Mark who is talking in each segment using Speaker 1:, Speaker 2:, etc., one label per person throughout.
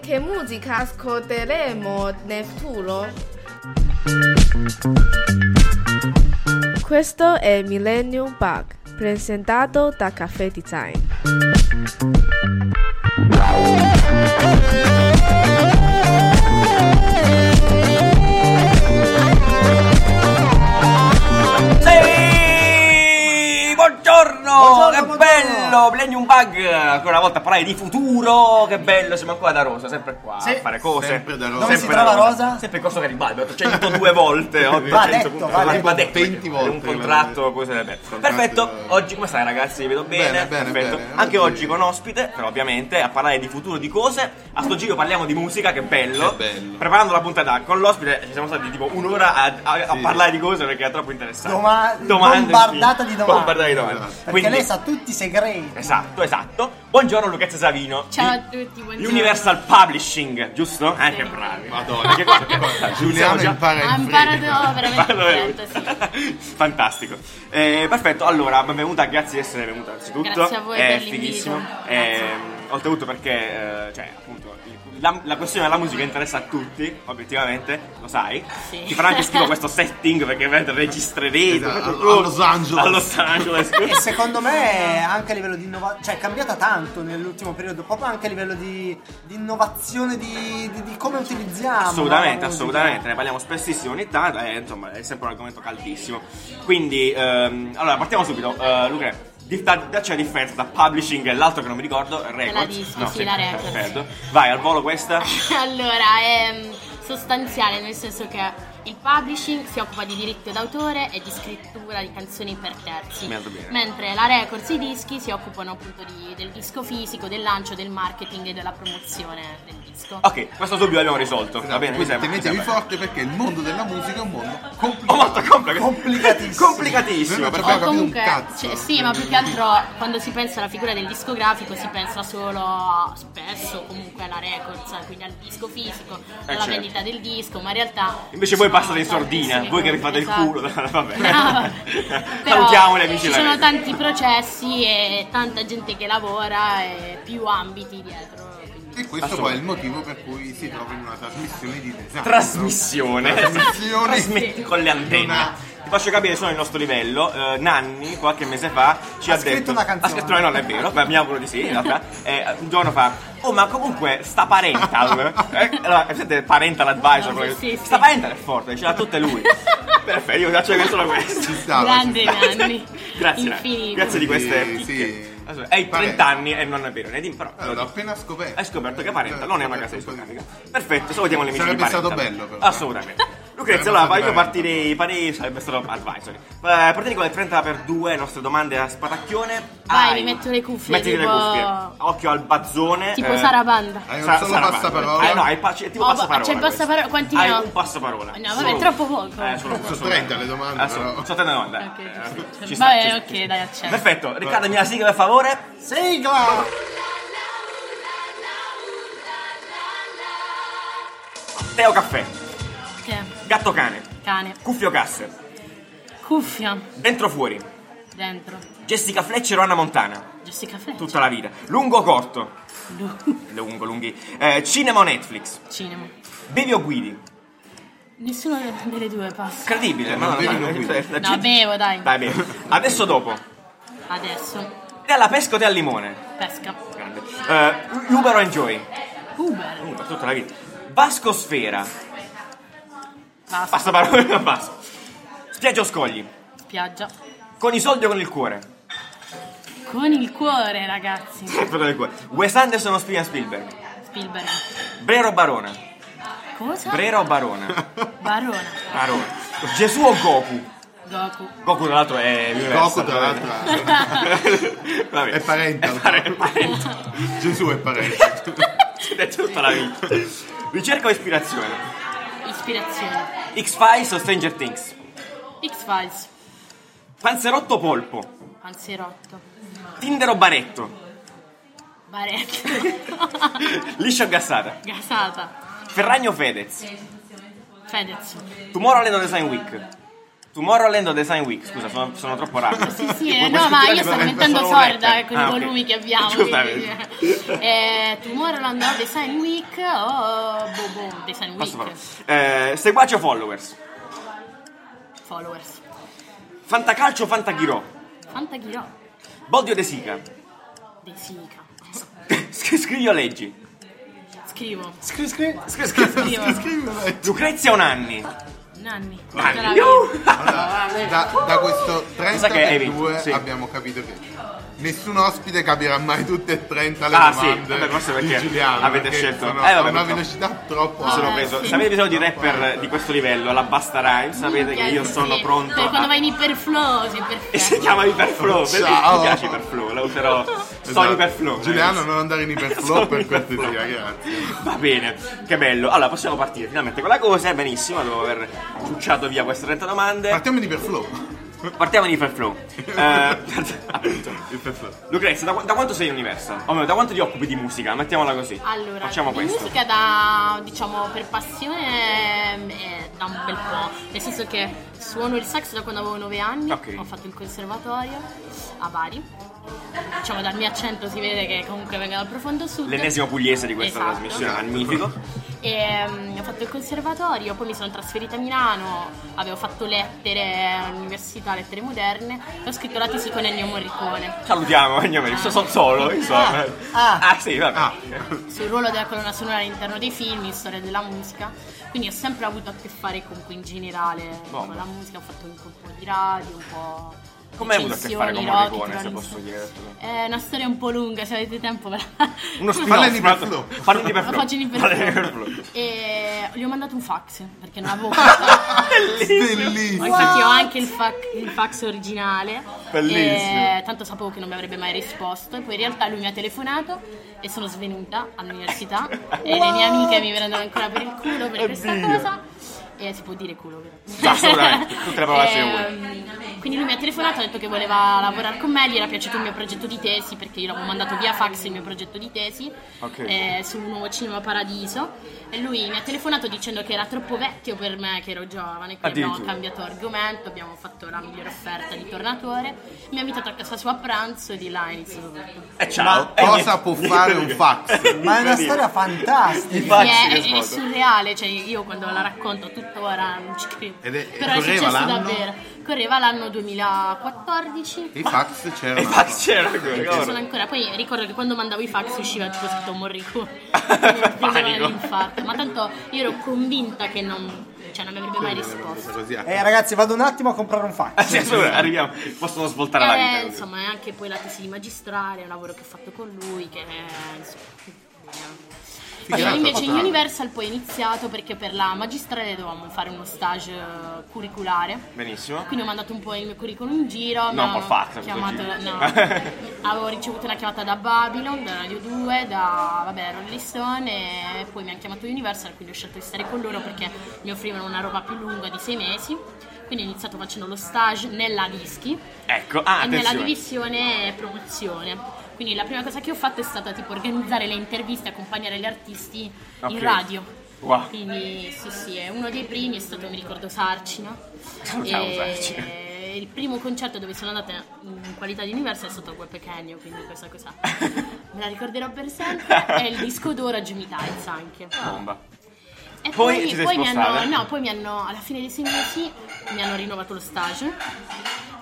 Speaker 1: Che musica ascolteremo nel futuro? Questo è Millennium Bug, presentato da Caffè Design.
Speaker 2: Sì, buongiorno, che bello, Millennium Bug, ancora una volta parlare di futuro, che bello, siamo ancora da Rosa, sempre qua
Speaker 3: Sì.
Speaker 2: a fare cose.
Speaker 4: Sempre da Rosa.
Speaker 3: Dove
Speaker 4: Sempre
Speaker 3: si trova
Speaker 2: da
Speaker 3: Rosa?
Speaker 2: Sempre in Corso Garibaldi, ho detto 102 volte, ho detto
Speaker 3: Va
Speaker 2: 100
Speaker 3: detto,
Speaker 2: volte,
Speaker 3: va
Speaker 2: va
Speaker 4: detto.
Speaker 2: detto,
Speaker 4: 20
Speaker 2: perché è
Speaker 4: volte,
Speaker 2: Un contratto,
Speaker 4: veramente.
Speaker 2: cose del genere.
Speaker 4: Contratto,
Speaker 2: Perfetto,
Speaker 4: eh.
Speaker 2: oggi come stai ragazzi? Vi vedo bene,
Speaker 4: Bene, bene,
Speaker 2: perfetto.
Speaker 4: bene.
Speaker 2: Anche
Speaker 4: Oggi-
Speaker 2: oggi con ospite, però ovviamente, a parlare di futuro, di cose. A sto giro parliamo di musica, che bello.
Speaker 4: Che bello.
Speaker 2: Preparando la puntata con l'ospite ci siamo stati tipo un'ora a, a- a
Speaker 4: Sì.
Speaker 2: parlare di cose perché era troppo interessante.
Speaker 3: Doma-
Speaker 2: Esatto. Domande,
Speaker 3: bombardata
Speaker 2: sì.
Speaker 3: di domande.
Speaker 2: Bombardata di domande.
Speaker 4: Esatto.
Speaker 3: Perché
Speaker 2: Quindi-
Speaker 3: lei sa tutti i segreti.
Speaker 2: Esatto, esatto. Buongiorno Lucrezia Savino.
Speaker 5: Ciao
Speaker 2: di-
Speaker 5: a tutti,
Speaker 2: di
Speaker 5: buongiorno.
Speaker 2: Universal Publishing, giusto? Eh, che bravi.
Speaker 4: Madonna, che cosa?
Speaker 2: Siamo
Speaker 4: Giuliano
Speaker 2: già-
Speaker 4: impara
Speaker 5: Ha
Speaker 4: in
Speaker 5: imparato
Speaker 4: fretta.
Speaker 5: Ah, veramente tanto, sì.
Speaker 2: Fantastico. Eh, perfetto, allora, benvenuta, grazie di essere venuta innanzitutto.
Speaker 5: Grazie a voi
Speaker 2: È
Speaker 5: per l'invito.
Speaker 2: fighissimo.
Speaker 5: Grazie.
Speaker 2: Ehm, oltretutto perché, eh, cioè, appunto, il- la, la questione della musica interessa a tutti, obiettivamente, lo sai.
Speaker 5: Sì.
Speaker 2: Ti farà anche schifo questo setting perché veramente registrerete.
Speaker 4: Esatto,
Speaker 2: tutto.
Speaker 4: a Los Angeles.
Speaker 2: A Los Angeles.
Speaker 3: E secondo me anche a livello di innovazione, cioè è cambiata tanto nell'ultimo periodo, proprio anche a livello di, di innovazione, di, di- di come utilizziamo.
Speaker 2: Assolutamente,
Speaker 3: la musica.
Speaker 2: assolutamente, ne parliamo spessissimo ogni tanto, eh, insomma è sempre un argomento caldissimo. Quindi, ehm, allora partiamo subito. Eh, Luca, di- da- dacci la differenza tra publishing e l'altro che non mi ricordo, record.
Speaker 5: disco, sì, la record.
Speaker 2: Perfetto. Vai, al volo questa.
Speaker 5: allora, è mm, sostanziale nel senso che il publishing si occupa di diritto d'autore e di scrittura di canzoni per terzi,
Speaker 2: Molto bene.
Speaker 5: mentre la Records e i dischi si occupano appunto di- del disco fisico, del lancio, del marketing e della promozione del disco.
Speaker 2: Ok, questo dubbio l'abbiamo risolto, va bene? Mi
Speaker 4: Quindi
Speaker 2: sembra. mi
Speaker 4: tenetevi
Speaker 2: sembra.
Speaker 4: forte perché il mondo della musica è un mondo
Speaker 2: Oh,
Speaker 4: complicato.
Speaker 2: molto complica-
Speaker 3: Complicatissimo.
Speaker 4: Noi
Speaker 2: Complicatissimo.
Speaker 4: non abbiamo
Speaker 5: O
Speaker 4: capito un
Speaker 5: comunque,
Speaker 4: cazzo.
Speaker 5: cioè, sì, ma più che altro quando si pensa alla figura del discografico si pensa solo a- spesso comunque alla records, quindi al disco fisico, alla
Speaker 2: certo.
Speaker 5: vendita del disco, ma in realtà
Speaker 2: Invece voi
Speaker 5: ci sono
Speaker 2: passate in sordina,
Speaker 5: tantissime
Speaker 2: voi che vi fate
Speaker 5: cose,
Speaker 2: il
Speaker 5: esatto.
Speaker 2: culo. Vabbè.
Speaker 5: Brava. Però
Speaker 2: Salutiamole amici
Speaker 5: Ci
Speaker 2: della
Speaker 5: sono
Speaker 2: Record.
Speaker 5: tanti processi e tanta gente che lavora e più ambiti dietro. quindi-
Speaker 4: E questo poi è il motivo per cui si trova in una trasmissione di design.
Speaker 2: trasmissione.
Speaker 4: Trasmissione.
Speaker 2: Trasmetti con le antenne. Ti faccio capire sono il nostro livello. Eh, Nanni, qualche mese fa, ci ha,
Speaker 3: Ha scritto
Speaker 2: detto.
Speaker 3: una canzone.
Speaker 2: Ha scritto una, non è vero, ma mi auguro di sì, in realtà. Eh, un giorno fa. Oh, ma comunque sta parental. Eh, allora, siete parental advisor.
Speaker 5: No,
Speaker 2: quello che-
Speaker 5: sì, sì.
Speaker 2: Sta parental è forte, ce l'ha tutte lui. Perfetto, io faccio che solo questo.
Speaker 4: Ci stava,
Speaker 5: Grande
Speaker 4: ci
Speaker 5: Nanni.
Speaker 2: Grazie, Nanni.
Speaker 5: Infinito.
Speaker 2: grazie di queste.
Speaker 4: Sì,
Speaker 2: chicche.
Speaker 4: sì.
Speaker 2: Allora, Hai 30 anni e non è vero, ne dimmi però.
Speaker 4: stava. Eh, L'ho appena scoperto.
Speaker 2: Hai scoperto che Parenta non è una casa discografica.
Speaker 4: discografica.
Speaker 2: Perfetto, salutiamo le amici
Speaker 4: Certo, Sarebbe
Speaker 2: di Parenta.
Speaker 4: stato bello, però.
Speaker 2: Assolutamente. Lucrezia,
Speaker 4: Sarebbe
Speaker 2: allora io
Speaker 4: stato bello.
Speaker 2: partirei, partirei, sarebbe stato advisory. Eh, partirei con le 30 per 2 nostre domande a spatacchione.
Speaker 5: Vai,
Speaker 2: Hai-
Speaker 5: mi metto le cuffie,
Speaker 2: Mettiti le
Speaker 5: tipo-
Speaker 2: cuffie. Occhio al bazzone.
Speaker 5: Tipo
Speaker 2: eh,
Speaker 5: Sarabanda.
Speaker 4: Hai un
Speaker 2: Sa-
Speaker 4: solo
Speaker 2: Sarabanda.
Speaker 4: passaparola?
Speaker 2: Eh no, hai pa- c'è tipo
Speaker 5: Oh, ma-
Speaker 2: passaparola.
Speaker 5: c'è il
Speaker 2: questo.
Speaker 5: passaparola, quanti ne
Speaker 2: Hai
Speaker 5: ho?
Speaker 2: un passaparola.
Speaker 5: No, vabbè, troppo poco.
Speaker 2: Eh, solo
Speaker 4: Sono 30 le domande,
Speaker 2: Eh, solo-
Speaker 4: però.
Speaker 2: sono 30 domande.
Speaker 5: Ok,
Speaker 2: eh,
Speaker 5: giusto.
Speaker 2: sì, ci sta,
Speaker 5: Vabbè,
Speaker 2: ci sta,
Speaker 5: ok,
Speaker 2: ci sta.
Speaker 5: dai, accetto.
Speaker 2: Perfetto, Riccardo, mi la sigla per favore.
Speaker 3: Sigla!
Speaker 2: Teo caffè,
Speaker 5: Che
Speaker 2: gatto cane,
Speaker 5: cane.
Speaker 2: cuffio casse,
Speaker 5: Cuffia
Speaker 2: dentro fuori,
Speaker 5: dentro.
Speaker 2: Jessica Fletcher o Anna Montana?
Speaker 5: Jessica Fletcher.
Speaker 2: Tutta la vita. Lungo o corto? Lungo, lunghi. Eh, cinema o Netflix?
Speaker 5: Cinema.
Speaker 2: Bevi o guidi?
Speaker 5: Nessuno delle due passa.
Speaker 2: Incredibile, ma no,
Speaker 4: bevi,
Speaker 2: dai,
Speaker 4: non guidi.
Speaker 2: eh,
Speaker 5: No, bevo, dai.
Speaker 2: Dai, bevi. Adesso dopo.
Speaker 5: Adesso.
Speaker 2: Te alla pesca o te al limone?
Speaker 5: Pesca.
Speaker 2: Grande. Eh, Uber o Enjoy?
Speaker 5: Uber.
Speaker 2: Uber, tutta la vita. Vasco o Sfera?
Speaker 5: Basta.
Speaker 2: Basta parole, non basta. Spiaggia o scogli?
Speaker 5: Spiaggia.
Speaker 2: Con i soldi o con il cuore?
Speaker 5: Con il cuore, ragazzi.
Speaker 2: Sempre con il cuore. Wes Anderson o Steven Spielberg?
Speaker 5: Spielberg.
Speaker 2: Brera o Barona?
Speaker 5: Cosa?
Speaker 2: Brera o Barona?
Speaker 5: Barona.
Speaker 2: Barona. Gesù o Goku?
Speaker 5: Goku.
Speaker 2: Goku tra l'altro è
Speaker 4: Goku,
Speaker 2: Universal,
Speaker 4: tra l'altro,
Speaker 2: Vabbè.
Speaker 4: È parente.
Speaker 2: È pare- è parente.
Speaker 4: eh. Gesù è parente.
Speaker 2: È tutta la vita. Ricerca o ispirazione?
Speaker 5: Ispirazione.
Speaker 2: X-Files o Stranger Things?
Speaker 5: X-Files.
Speaker 2: Panzerotto o polpo?
Speaker 5: Panzerotto.
Speaker 2: Tinder o baretto?
Speaker 5: Baretto.
Speaker 2: Liscia o gassata?
Speaker 5: Gasata.
Speaker 2: Ferragno o Fedez?
Speaker 5: Fedez.
Speaker 2: Tomorrowland o Design Week? Tomorrowland o Design Week? Scusa, sono, sono troppo rapido.
Speaker 5: Sì, sì,
Speaker 2: Puoi-
Speaker 5: eh,
Speaker 2: puoi
Speaker 5: no, ma
Speaker 2: sentire
Speaker 5: io
Speaker 2: le
Speaker 5: sto
Speaker 2: cose-
Speaker 5: mettendo
Speaker 2: sono lette.
Speaker 5: sorda eh, con i
Speaker 2: Ah, ok.
Speaker 5: volumi che abbiamo.
Speaker 2: Giustamente.
Speaker 5: quindi- eh, Tomorrowland o Design Week o boh, boh, Design Week.
Speaker 2: Passo parola. Eh, seguaci o followers?
Speaker 5: Followers.
Speaker 2: Fantacalcio o Fantaghirò?
Speaker 5: Fantaghirò.
Speaker 2: Bodio De Sica?
Speaker 5: De Sica.
Speaker 2: Sc- Scrivi o leggi?
Speaker 5: Scrivo.
Speaker 3: Scri- scri-
Speaker 2: Scri- scri- scri-
Speaker 5: Scrivo.
Speaker 2: Lucrezia o Nanni?
Speaker 5: Nanni.
Speaker 2: Nanni.
Speaker 5: Tutta la vita.
Speaker 2: Iuh!
Speaker 4: Allora, da, da questo
Speaker 2: sa che hai
Speaker 4: 32
Speaker 2: vinto, sì.
Speaker 4: abbiamo capito che nessun ospite capirà mai tutte e 30 le
Speaker 2: Ah, sì,
Speaker 4: domande
Speaker 2: vabbè, forse
Speaker 4: di
Speaker 2: perché
Speaker 4: Giuliano,
Speaker 2: avete
Speaker 4: perché
Speaker 2: scelto-
Speaker 4: sono
Speaker 2: Eh, vabbè,
Speaker 4: a una
Speaker 2: purtroppo.
Speaker 4: velocità troppo
Speaker 5: Ah,
Speaker 2: Sono
Speaker 5: eh,
Speaker 4: alta.
Speaker 2: preso.
Speaker 5: sì.
Speaker 2: Se avete bisogno di rapper di questo livello, alla Basta Rhyme, sapete che io
Speaker 5: Sì,
Speaker 2: sono
Speaker 5: sì.
Speaker 2: pronto.
Speaker 5: Per quando
Speaker 2: a-
Speaker 5: vai in iperflow, sei
Speaker 2: E si
Speaker 5: perfetto.
Speaker 2: chiama Iperflow, perché mi
Speaker 4: Ciao.
Speaker 2: piace Iperflow, la userò. Sto
Speaker 4: Esatto.
Speaker 2: in Iperflow.
Speaker 4: Giuliano,
Speaker 2: ragazzi.
Speaker 4: non andare in
Speaker 2: Sono
Speaker 4: iperflow per cortesia, grazie.
Speaker 2: Va bene, che bello. Allora, possiamo partire finalmente con la cosa. Benissimo, dopo aver ciucciato via queste 30 domande.
Speaker 4: Partiamo di iperflow.
Speaker 2: Partiamo di Iperflow. Eh, appunto.
Speaker 4: Iperflow.
Speaker 2: Lucrezia, da, qu- da quanto sei in Universal? O meglio, da quanto ti occupi di musica? Mettiamola così.
Speaker 5: Allora,
Speaker 2: Facciamo
Speaker 5: di
Speaker 2: questo.
Speaker 5: musica da, diciamo, per passione ehm, eh, da un bel po', nel senso che suono il sax da quando avevo 9 anni,
Speaker 2: Ok.
Speaker 5: ho fatto il conservatorio a Bari, diciamo dal mio accento si vede che comunque vengo dal profondo sud.
Speaker 2: L'ennesimo pugliese di questa
Speaker 5: Esatto.
Speaker 2: trasmissione, magnifico.
Speaker 5: E, mm, ho fatto il conservatorio, poi mi sono trasferita a Milano, avevo fatto lettere all'università, lettere moderne, e ho scritto la tesi con Ennio Morricone
Speaker 2: Salutiamo, Agnome, sono solo, insomma.
Speaker 3: Ah.
Speaker 2: sì, vabbè.
Speaker 4: Ah.
Speaker 5: sul ruolo della colonna sonora all'interno dei film, in storia della musica. Quindi ho sempre avuto a che fare comunque in generale
Speaker 2: Bomba.
Speaker 5: con la musica, ho fatto un po' di radio, un po'.
Speaker 2: Come hai avuto a che fare con
Speaker 5: recensioni,
Speaker 2: Morricone,
Speaker 5: rock,
Speaker 2: se
Speaker 5: rock.
Speaker 2: posso chiedertelo?
Speaker 5: È Eh, una storia un po' lunga, se avete tempo ve la...
Speaker 2: Uno
Speaker 4: Fallo
Speaker 2: spin-off.
Speaker 4: in
Speaker 2: fra-
Speaker 4: Iperflow.
Speaker 2: fallo in
Speaker 5: la
Speaker 2: Iperflow.
Speaker 5: faccio in
Speaker 2: Fallo in
Speaker 5: iperflow.
Speaker 2: Iperflow.
Speaker 5: E gli ho mandato un fax, perché non avevo...
Speaker 4: Ah.
Speaker 5: fatto-
Speaker 4: Bellissimo.
Speaker 5: Ho- Infatti ho anche il, fac- il fax originale.
Speaker 2: Bellissimo.
Speaker 5: E tanto sapevo che non mi avrebbe mai risposto. E poi in realtà lui mi ha telefonato e sono svenuta all'università. e le mie amiche mi prendono ancora per il culo per questa
Speaker 2: Oddio.
Speaker 5: cosa. E si può dire culo, vero?
Speaker 2: Sì, assolutamente, tutte le parolacce che vuoi.
Speaker 5: Ehm, Quindi lui mi ha telefonato, ha detto che voleva lavorare con me, gli era piaciuto il mio progetto di tesi, perché io l'avevo mandato via fax il mio progetto di tesi
Speaker 2: Ok.
Speaker 5: eh, su un nuovo cinema paradiso. E lui mi ha telefonato dicendo che era troppo vecchio per me, che ero giovane, quindi abbiamo
Speaker 2: Addirittura.
Speaker 5: cambiato argomento, abbiamo fatto la migliore offerta di tornatore. Mi ha invitato a casa sua a pranzo e di là è iniziato tutto.
Speaker 2: E Eh, ciao.
Speaker 4: Ma
Speaker 2: E
Speaker 4: cosa
Speaker 2: niente.
Speaker 4: può fare un fax?
Speaker 3: Ma è una
Speaker 2: Incredibile.
Speaker 3: storia
Speaker 2: I
Speaker 3: fantastica.
Speaker 2: fax
Speaker 5: Sì,
Speaker 2: che
Speaker 5: è, è
Speaker 2: svolto.
Speaker 5: surreale, cioè io quando la racconto tuttora non ci credo.
Speaker 4: Ed è-
Speaker 5: Però è
Speaker 4: correva
Speaker 5: successo
Speaker 4: l'anno?
Speaker 5: davvero. Correva l'anno 2014.
Speaker 4: I fax c'erano.
Speaker 2: E fax c'era ancora,
Speaker 5: Ci sono
Speaker 2: guarda.
Speaker 5: ancora. Poi ricordo che quando mandavo i fax usciva tipo scritto Morricone.
Speaker 2: Panico.
Speaker 5: Infarto. Ma tanto io ero convinta che non, cioè, non mi avrebbe mai risposto.
Speaker 4: Così a-
Speaker 3: Eh ragazzi, vado un attimo a comprare un
Speaker 2: Ah,
Speaker 3: fax.
Speaker 2: sì, assolutamente, arriviamo. Possono svoltare la vita.
Speaker 5: Eh,
Speaker 2: così.
Speaker 5: insomma, è anche poi la tesi di magistrale, è un lavoro che ho fatto con lui, che è- insomma,
Speaker 4: Sì,
Speaker 5: E
Speaker 4: certo,
Speaker 5: invece in
Speaker 4: fatto-
Speaker 5: Universal poi è iniziato perché per la magistrale dovevamo fare uno stage eh, curriculare.
Speaker 2: Benissimo.
Speaker 5: Quindi ho mandato un po' il mio curriculum in giro. mi
Speaker 2: No,
Speaker 5: hanno
Speaker 2: col fax, col
Speaker 5: Chiamato,
Speaker 2: giro.
Speaker 5: no. avevo ricevuto una chiamata da Babylon, da Radio 2, da vabbè, Rolling Stone e poi mi hanno chiamato Universal, quindi ho scelto di stare con loro perché mi offrivano una roba più lunga di sei mesi. Quindi ho iniziato facendo lo stage nella Dischi
Speaker 2: Ecco, ah,
Speaker 5: e nella
Speaker 2: attenzione.
Speaker 5: divisione promozione. Quindi la prima cosa che ho fatto è stata tipo organizzare le interviste, accompagnare gli artisti
Speaker 2: Ok.
Speaker 5: in radio.
Speaker 2: Wow.
Speaker 5: Quindi sì sì, è uno dei primi è stato, mi ricordo, Sarcina.
Speaker 2: Salutiamo
Speaker 5: E
Speaker 2: Sarcina.
Speaker 5: Il primo concerto dove sono andata in qualità di universo è stato a Guepe Canyon, quindi questa cosa me la ricorderò per sempre. E il disco d'oro a Jimmy Tights anche.
Speaker 2: Bomba.
Speaker 5: E
Speaker 2: Poi
Speaker 5: poi,
Speaker 2: ti sei
Speaker 5: poi mi
Speaker 2: spostata?
Speaker 5: hanno, no, poi mi hanno, alla fine dei sei mesi mi hanno rinnovato lo stage,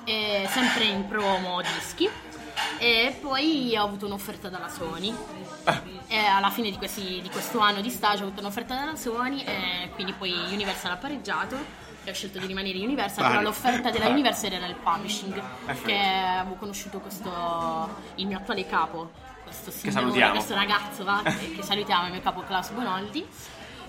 Speaker 5: e sempre in promo dischi. E poi ho avuto un'offerta dalla Sony.
Speaker 2: Ah.
Speaker 5: E alla fine di, questi- di questo anno di stage ho avuto un'offerta dalla Sony, e quindi poi Universal ha pareggiato e ho scelto di rimanere in Universal.
Speaker 4: Pare.
Speaker 5: Però l'offerta della Universal era il publishing,
Speaker 2: Perfetto.
Speaker 5: che avevo conosciuto questo, il mio attuale capo, questo signore,
Speaker 2: salutiamo.
Speaker 5: questo ragazzo va, eh, che che salutiamo, il mio capo Klaus Bonoldi. Eh,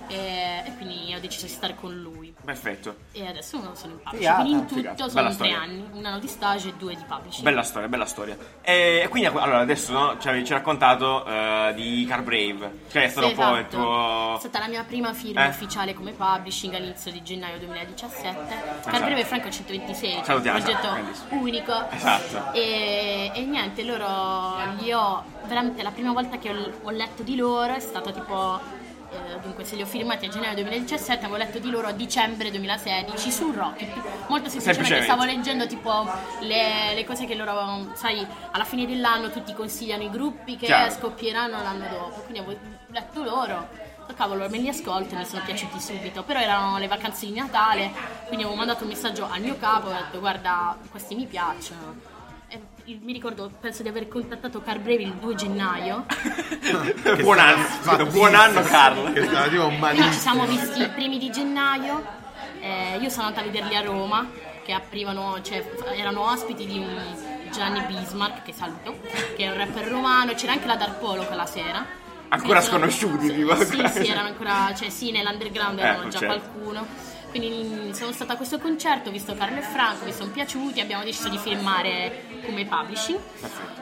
Speaker 5: E, e quindi ho deciso di stare con lui.
Speaker 2: Perfetto.
Speaker 5: E adesso sono in publishing.
Speaker 3: Figata.
Speaker 5: Quindi in tutto
Speaker 2: Figata.
Speaker 5: sono
Speaker 2: Bella
Speaker 5: tre
Speaker 2: storia.
Speaker 5: anni, un anno di stage e due di publishing.
Speaker 2: Bella storia, bella storia. E quindi allora adesso no, ci hai ci hai raccontato eh, di Car Brave, che è stato un po' il
Speaker 5: Esatto. È
Speaker 2: tuo.
Speaker 5: stata la mia prima firma
Speaker 2: Eh?
Speaker 5: ufficiale come publishing all'inizio di gennaio 2017. Per breve Franco 126, cioè un
Speaker 2: Esatto. Salutiamo,
Speaker 5: progetto
Speaker 2: bellissimo.
Speaker 5: unico.
Speaker 2: Esatto.
Speaker 5: E, e niente, loro li ho veramente la prima volta che ho, ho letto di loro è stato tipo eh, dunque se li ho firmati a gennaio 2017 avevo letto di loro a dicembre 2016 su Rocket molto semplicemente
Speaker 2: Semplicemente.
Speaker 5: stavo leggendo tipo le, le cose che loro avevano- sai alla fine dell'anno tutti consigliano i gruppi che
Speaker 2: Chiaro.
Speaker 5: scoppieranno l'anno dopo quindi avevo letto loro Oh, Cavolo, me li ascolto e mi sono piaciuti subito. Però erano le vacanze di Natale, quindi avevo mandato un messaggio al mio capo e ho detto: Guarda, questi mi piacciono. E mi ricordo, penso di aver contattato Carbrevi il 2 gennaio.
Speaker 2: buon anno, buon anno Carl.
Speaker 4: Che stava tipo un
Speaker 5: Quindi ci
Speaker 4: malissimo.
Speaker 5: siamo visti i primi di gennaio, eh, io sono andata a vederli a Roma, che aprivano, cioè, f- erano ospiti di un Gianni Bismarck, che saluto, che è un rapper romano, c'era anche la Dark Polo quella sera.
Speaker 2: Ancora
Speaker 5: Quindi sono-
Speaker 2: sconosciuti,
Speaker 5: sì,
Speaker 2: tipo,
Speaker 5: Sì,
Speaker 2: ancora-
Speaker 5: sì, erano ancora, cioè sì, nell'underground erano
Speaker 2: Ecco,
Speaker 5: già
Speaker 2: certo.
Speaker 5: qualcuno. Quindi mm, sono stata a questo concerto, ho visto Carlo e Franco, mi sono piaciuti, abbiamo deciso di filmare come publishing.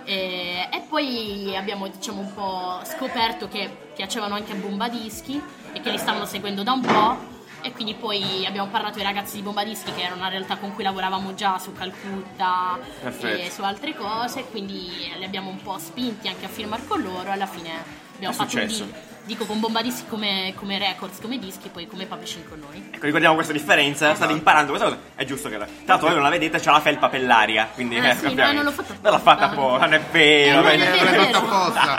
Speaker 5: E, e poi abbiamo diciamo un po' scoperto che piacevano anche a Bombadischi e che li stavano seguendo da un po'. E quindi poi abbiamo parlato ai ragazzi di Bombadischi, che era una realtà con cui lavoravamo già su Calcutta
Speaker 2: Perfetto.
Speaker 5: e su altre cose, quindi li abbiamo un po' spinti anche a firmare con loro. Alla fine abbiamo
Speaker 2: È
Speaker 5: fatto
Speaker 2: successo.
Speaker 5: un deal. Dico con Bombadischi come, come records, come dischi, poi come publishing con noi.
Speaker 2: Ecco, ricordiamo questa differenza, state imparando questa cosa. È giusto che la. Tra l'altro voi non la vedete, c'ha la felpa per l'aria, quindi eh,
Speaker 5: Ah, sì,
Speaker 2: ovviamente.
Speaker 5: ma non l'ho fatta
Speaker 2: Non l'ha fatta
Speaker 5: apposta.
Speaker 2: po', non è
Speaker 5: Eh,
Speaker 2: vero.
Speaker 5: non
Speaker 2: vabbè.
Speaker 5: è
Speaker 4: Eh, l'hai fatto apposta.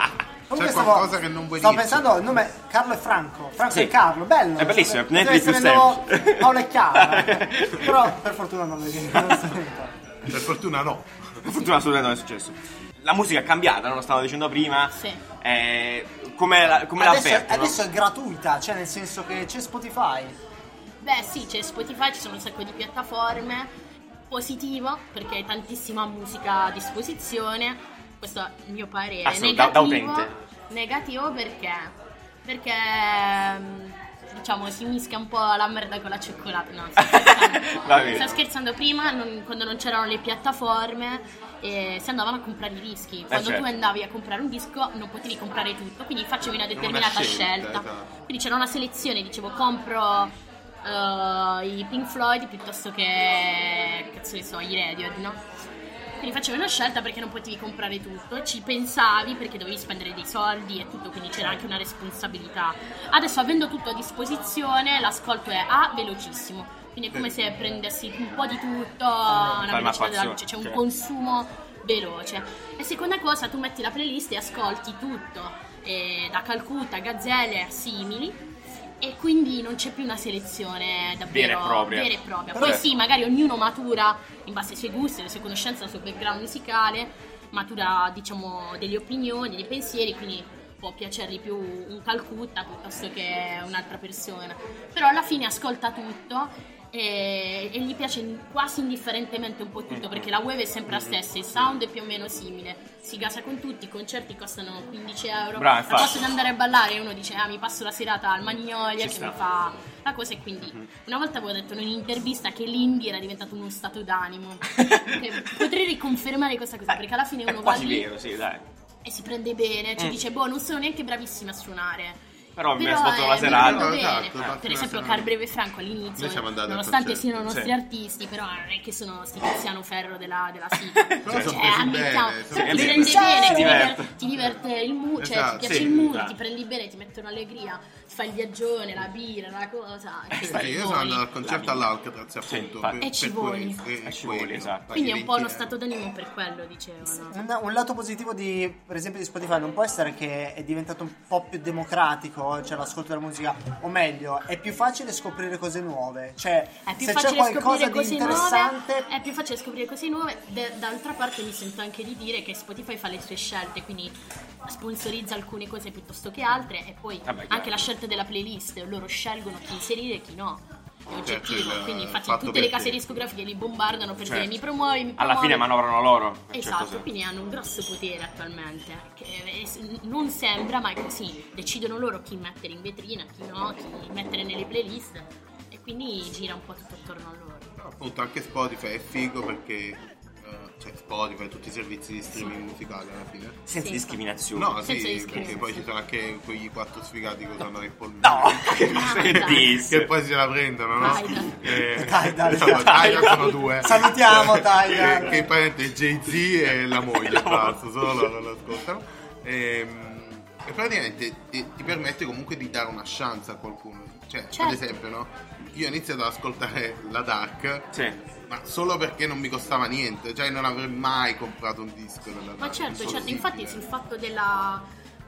Speaker 4: C'è
Speaker 3: Comunque stavo-
Speaker 4: qualcosa che non vuoi
Speaker 3: Stavo
Speaker 4: dire.
Speaker 3: pensando al nome Carlo e Franco. Franco
Speaker 2: Sì.
Speaker 3: e Carlo, bello.
Speaker 2: È bellissimo,
Speaker 3: Deve
Speaker 2: niente di più
Speaker 3: essere il nuovo
Speaker 2: semplice.
Speaker 3: Paolo e Chiara. Però per fortuna non lo dico. non so.
Speaker 4: Per fortuna no.
Speaker 2: Per fortuna assolutamente non è successo. La musica è cambiata, non lo stavo dicendo prima.
Speaker 5: Sì.
Speaker 2: Eh, come la, come la
Speaker 3: Adesso,
Speaker 2: avvertono?
Speaker 3: adesso è gratuita, cioè nel senso che c'è Spotify.
Speaker 5: Beh sì, c'è Spotify, ci sono un sacco di piattaforme. Positivo, perché hai tantissima musica a disposizione. Questo è il mio parere.
Speaker 2: Assolut- Ah, da- da
Speaker 5: Negativo-
Speaker 2: utente.
Speaker 5: Negativo perché? Perché ehm, diciamo si mischia un po' la merda con la cioccolata. No, sto
Speaker 2: Va
Speaker 5: scherzando,
Speaker 2: bene.
Speaker 5: Sto scherzando. prima non- quando non c'erano le piattaforme eh, si andavano a comprare i dischi. Quando
Speaker 2: certo.
Speaker 5: tu andavi a comprare un disco non potevi comprare tutto, quindi facevi una determinata
Speaker 4: scelta,
Speaker 5: scelta.
Speaker 4: esatto.
Speaker 5: Quindi c'era una selezione, dicevo compro eh, i Pink Floyd piuttosto che cazzo ne so, i Radiohead, no? Quindi facevi una scelta perché non potevi comprare tutto, ci pensavi perché dovevi spendere dei soldi e tutto, quindi c'era anche una responsabilità. Adesso avendo tutto a disposizione, l'ascolto è A velocissimo. Quindi è come se prendessi un po' di tutto, una
Speaker 2: una
Speaker 5: velocità della
Speaker 2: fazione,
Speaker 5: luce, c'è un
Speaker 2: cioè.
Speaker 5: consumo veloce. E seconda cosa, tu metti la playlist e ascolti tutto, eh, da Calcutta, Gazzelle a simili. E quindi non c'è più una selezione davvero
Speaker 2: Vera e propria.
Speaker 5: vera e propria.
Speaker 2: Però-
Speaker 5: Poi sì, magari ognuno matura in base ai suoi gusti, alle sue conoscenze, al suo background musicale, matura diciamo delle opinioni, dei pensieri, quindi può piacergli più un Calcutta piuttosto che un'altra persona. Però alla fine ascolta tutto e, e gli piace quasi indifferentemente un po'
Speaker 2: Mm-hmm.
Speaker 5: tutto perché la web è sempre la stessa, il sound è più o meno simile, si gasa con tutti, i concerti costano 15 euro,
Speaker 2: Bravo,
Speaker 5: la
Speaker 2: infatti.
Speaker 5: posso di andare a ballare e uno dice ah mi passo la serata al
Speaker 2: Ci
Speaker 5: Magnolia che
Speaker 2: sta. Mm-hmm.
Speaker 5: mi fa la cosa e quindi una volta avevo detto in un'intervista che l'indie era diventato uno stato d'animo Che potrei riconfermare questa cosa perché alla fine
Speaker 2: è
Speaker 5: uno va
Speaker 2: quasi
Speaker 5: lì
Speaker 2: vero, sì, dai.
Speaker 5: e si prende bene ci
Speaker 2: Mm.
Speaker 5: dice boh non sono neanche bravissima a suonare
Speaker 2: Però mi
Speaker 5: Però,
Speaker 2: ascolto
Speaker 5: eh,
Speaker 2: la
Speaker 5: mi
Speaker 2: serata.
Speaker 5: prendo bene.
Speaker 4: Esatto, esatto,
Speaker 5: per esempio
Speaker 4: esatto.
Speaker 5: Carbreve e Franco all'inizio
Speaker 4: Noi siamo andati al
Speaker 5: nonostante
Speaker 4: concerto,
Speaker 5: siano nostri
Speaker 2: sì.
Speaker 5: artisti però non è che sono sti Tiziano Ferro della, della sigla
Speaker 4: Però sono
Speaker 5: cioè,
Speaker 4: presi
Speaker 5: ammettiamo,
Speaker 4: bene,
Speaker 5: però
Speaker 4: sono
Speaker 5: ti
Speaker 2: presi bene.
Speaker 5: prendi bene,
Speaker 2: Sì,
Speaker 5: ti
Speaker 2: sì.
Speaker 5: diverte, ti diverte il mood, cioè
Speaker 4: Esatto,
Speaker 5: ti piace
Speaker 2: sì,
Speaker 5: il mood,
Speaker 2: esatto.
Speaker 5: ti prendi bene, ti mettono allegria, ti fai il viaggione, la birra, la cosa. e
Speaker 4: Perché
Speaker 5: ti
Speaker 4: Eh io sono
Speaker 5: voli.
Speaker 4: andato al concerto all'Alcatraz appunto
Speaker 2: infatti.
Speaker 4: per-
Speaker 5: E
Speaker 4: per
Speaker 5: ci voli.
Speaker 4: questo,
Speaker 2: E ci voli,
Speaker 4: quello.
Speaker 2: esatto.
Speaker 5: Quindi è un po' lo
Speaker 4: Perché-
Speaker 5: stato d'animo per quello, dicevano.
Speaker 3: Un, un lato positivo di, per esempio, di Spotify non può essere che è diventato un po' più democratico, cioè l'ascolto della musica, o meglio, è più facile scoprire cose nuove. Cioè,
Speaker 5: È più
Speaker 3: se c'è
Speaker 5: facile
Speaker 3: qualcosa
Speaker 5: scoprire
Speaker 3: di
Speaker 5: cose nuove. eh.
Speaker 3: interessante,
Speaker 5: È più facile scoprire cose nuove. D- d'altra parte mi sento anche di dire che Spotify fa le sue scelte, quindi sponsorizza alcune cose piuttosto che altre e poi
Speaker 2: Vabbè, chiaro.
Speaker 5: anche la scelta della playlist, loro scelgono chi inserire e chi no. È oggettivo,
Speaker 4: il
Speaker 5: quindi infatti
Speaker 4: fatto
Speaker 5: tutte le
Speaker 4: perché-
Speaker 5: case discografiche li bombardano per
Speaker 2: Certo.
Speaker 5: dire mi promuovi, mi promuovi.
Speaker 2: Alla fine manovrano loro. in
Speaker 5: Esatto,
Speaker 2: certo senso.
Speaker 5: quindi hanno un grosso potere attualmente. che è- non sembra, ma è così. Decidono loro chi mettere in vetrina, chi no, chi mettere nelle playlist. E quindi gira un po' tutto attorno a loro.
Speaker 4: Appunto anche Spotify è figo perché eh, cioè Spotify e tutti i servizi di streaming musicali alla fine.
Speaker 2: Senza
Speaker 5: Sì.
Speaker 2: discriminazioni.
Speaker 4: No,
Speaker 5: Senza
Speaker 4: sì,
Speaker 5: discriminazione.
Speaker 4: perché poi ci sono anche quegli quattro sfigati che usano le polline.
Speaker 2: No, che
Speaker 5: Ah, dai.
Speaker 2: diss.
Speaker 4: Che poi se la prendono, no?
Speaker 5: Tidal.
Speaker 4: Eh,
Speaker 3: Tidal.
Speaker 4: insomma, Tidal sono due.
Speaker 3: Salutiamo, Tidal.
Speaker 4: Che, che parente è Jay-Z e la moglie, basta, solo loro lo ascoltano. Ehm, E praticamente ti, ti permette comunque di dare una chance a qualcuno. Cioè, ad
Speaker 5: Certo.
Speaker 4: esempio, no? Io ho iniziato ad ascoltare la Dark,
Speaker 2: Sì.
Speaker 4: ma solo perché non mi costava niente, cioè non avrei mai comprato un disco della Dark.
Speaker 5: Ma certo, certo,
Speaker 4: impossibile.
Speaker 5: infatti sul fatto della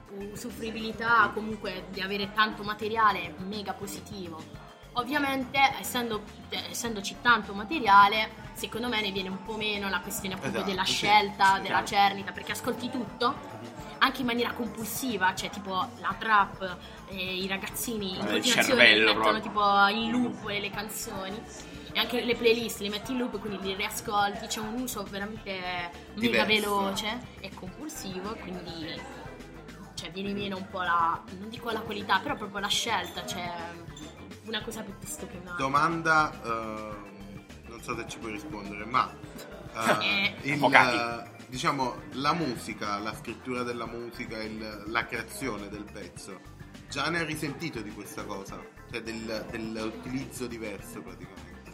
Speaker 5: uh, usufruibilità, comunque di avere tanto materiale mega positivo. Ovviamente, essendo- eh, essendoci tanto materiale, secondo me ne viene un po' meno la questione appunto
Speaker 4: Esatto,
Speaker 5: della
Speaker 4: sì,
Speaker 5: scelta,
Speaker 4: sì,
Speaker 5: della
Speaker 2: chiaro.
Speaker 5: cernita, perché ascolti tutto anche in maniera compulsiva, cioè tipo la trap, eh, i ragazzini in
Speaker 2: Eh, il
Speaker 5: continuazione
Speaker 2: cervello
Speaker 5: mettono
Speaker 2: proprio.
Speaker 5: tipo in loop le, le canzoni. E anche le playlist le metti in loop, quindi li riascolti, c'è un uso veramente
Speaker 4: Diverso.
Speaker 5: mega veloce e compulsivo, quindi cioè, viene meno un po' la, non dico la qualità, però proprio la scelta, cioè una cosa piuttosto che un'altra.
Speaker 4: Domanda, ehm, non so se ci puoi rispondere, ma eh,
Speaker 5: Eh.
Speaker 4: il,
Speaker 2: Avvocati.
Speaker 4: eh, diciamo la musica, la scrittura della musica, il- la creazione del pezzo, già ne hai risentito di questa cosa, cioè del, dell'utilizzo diverso praticamente,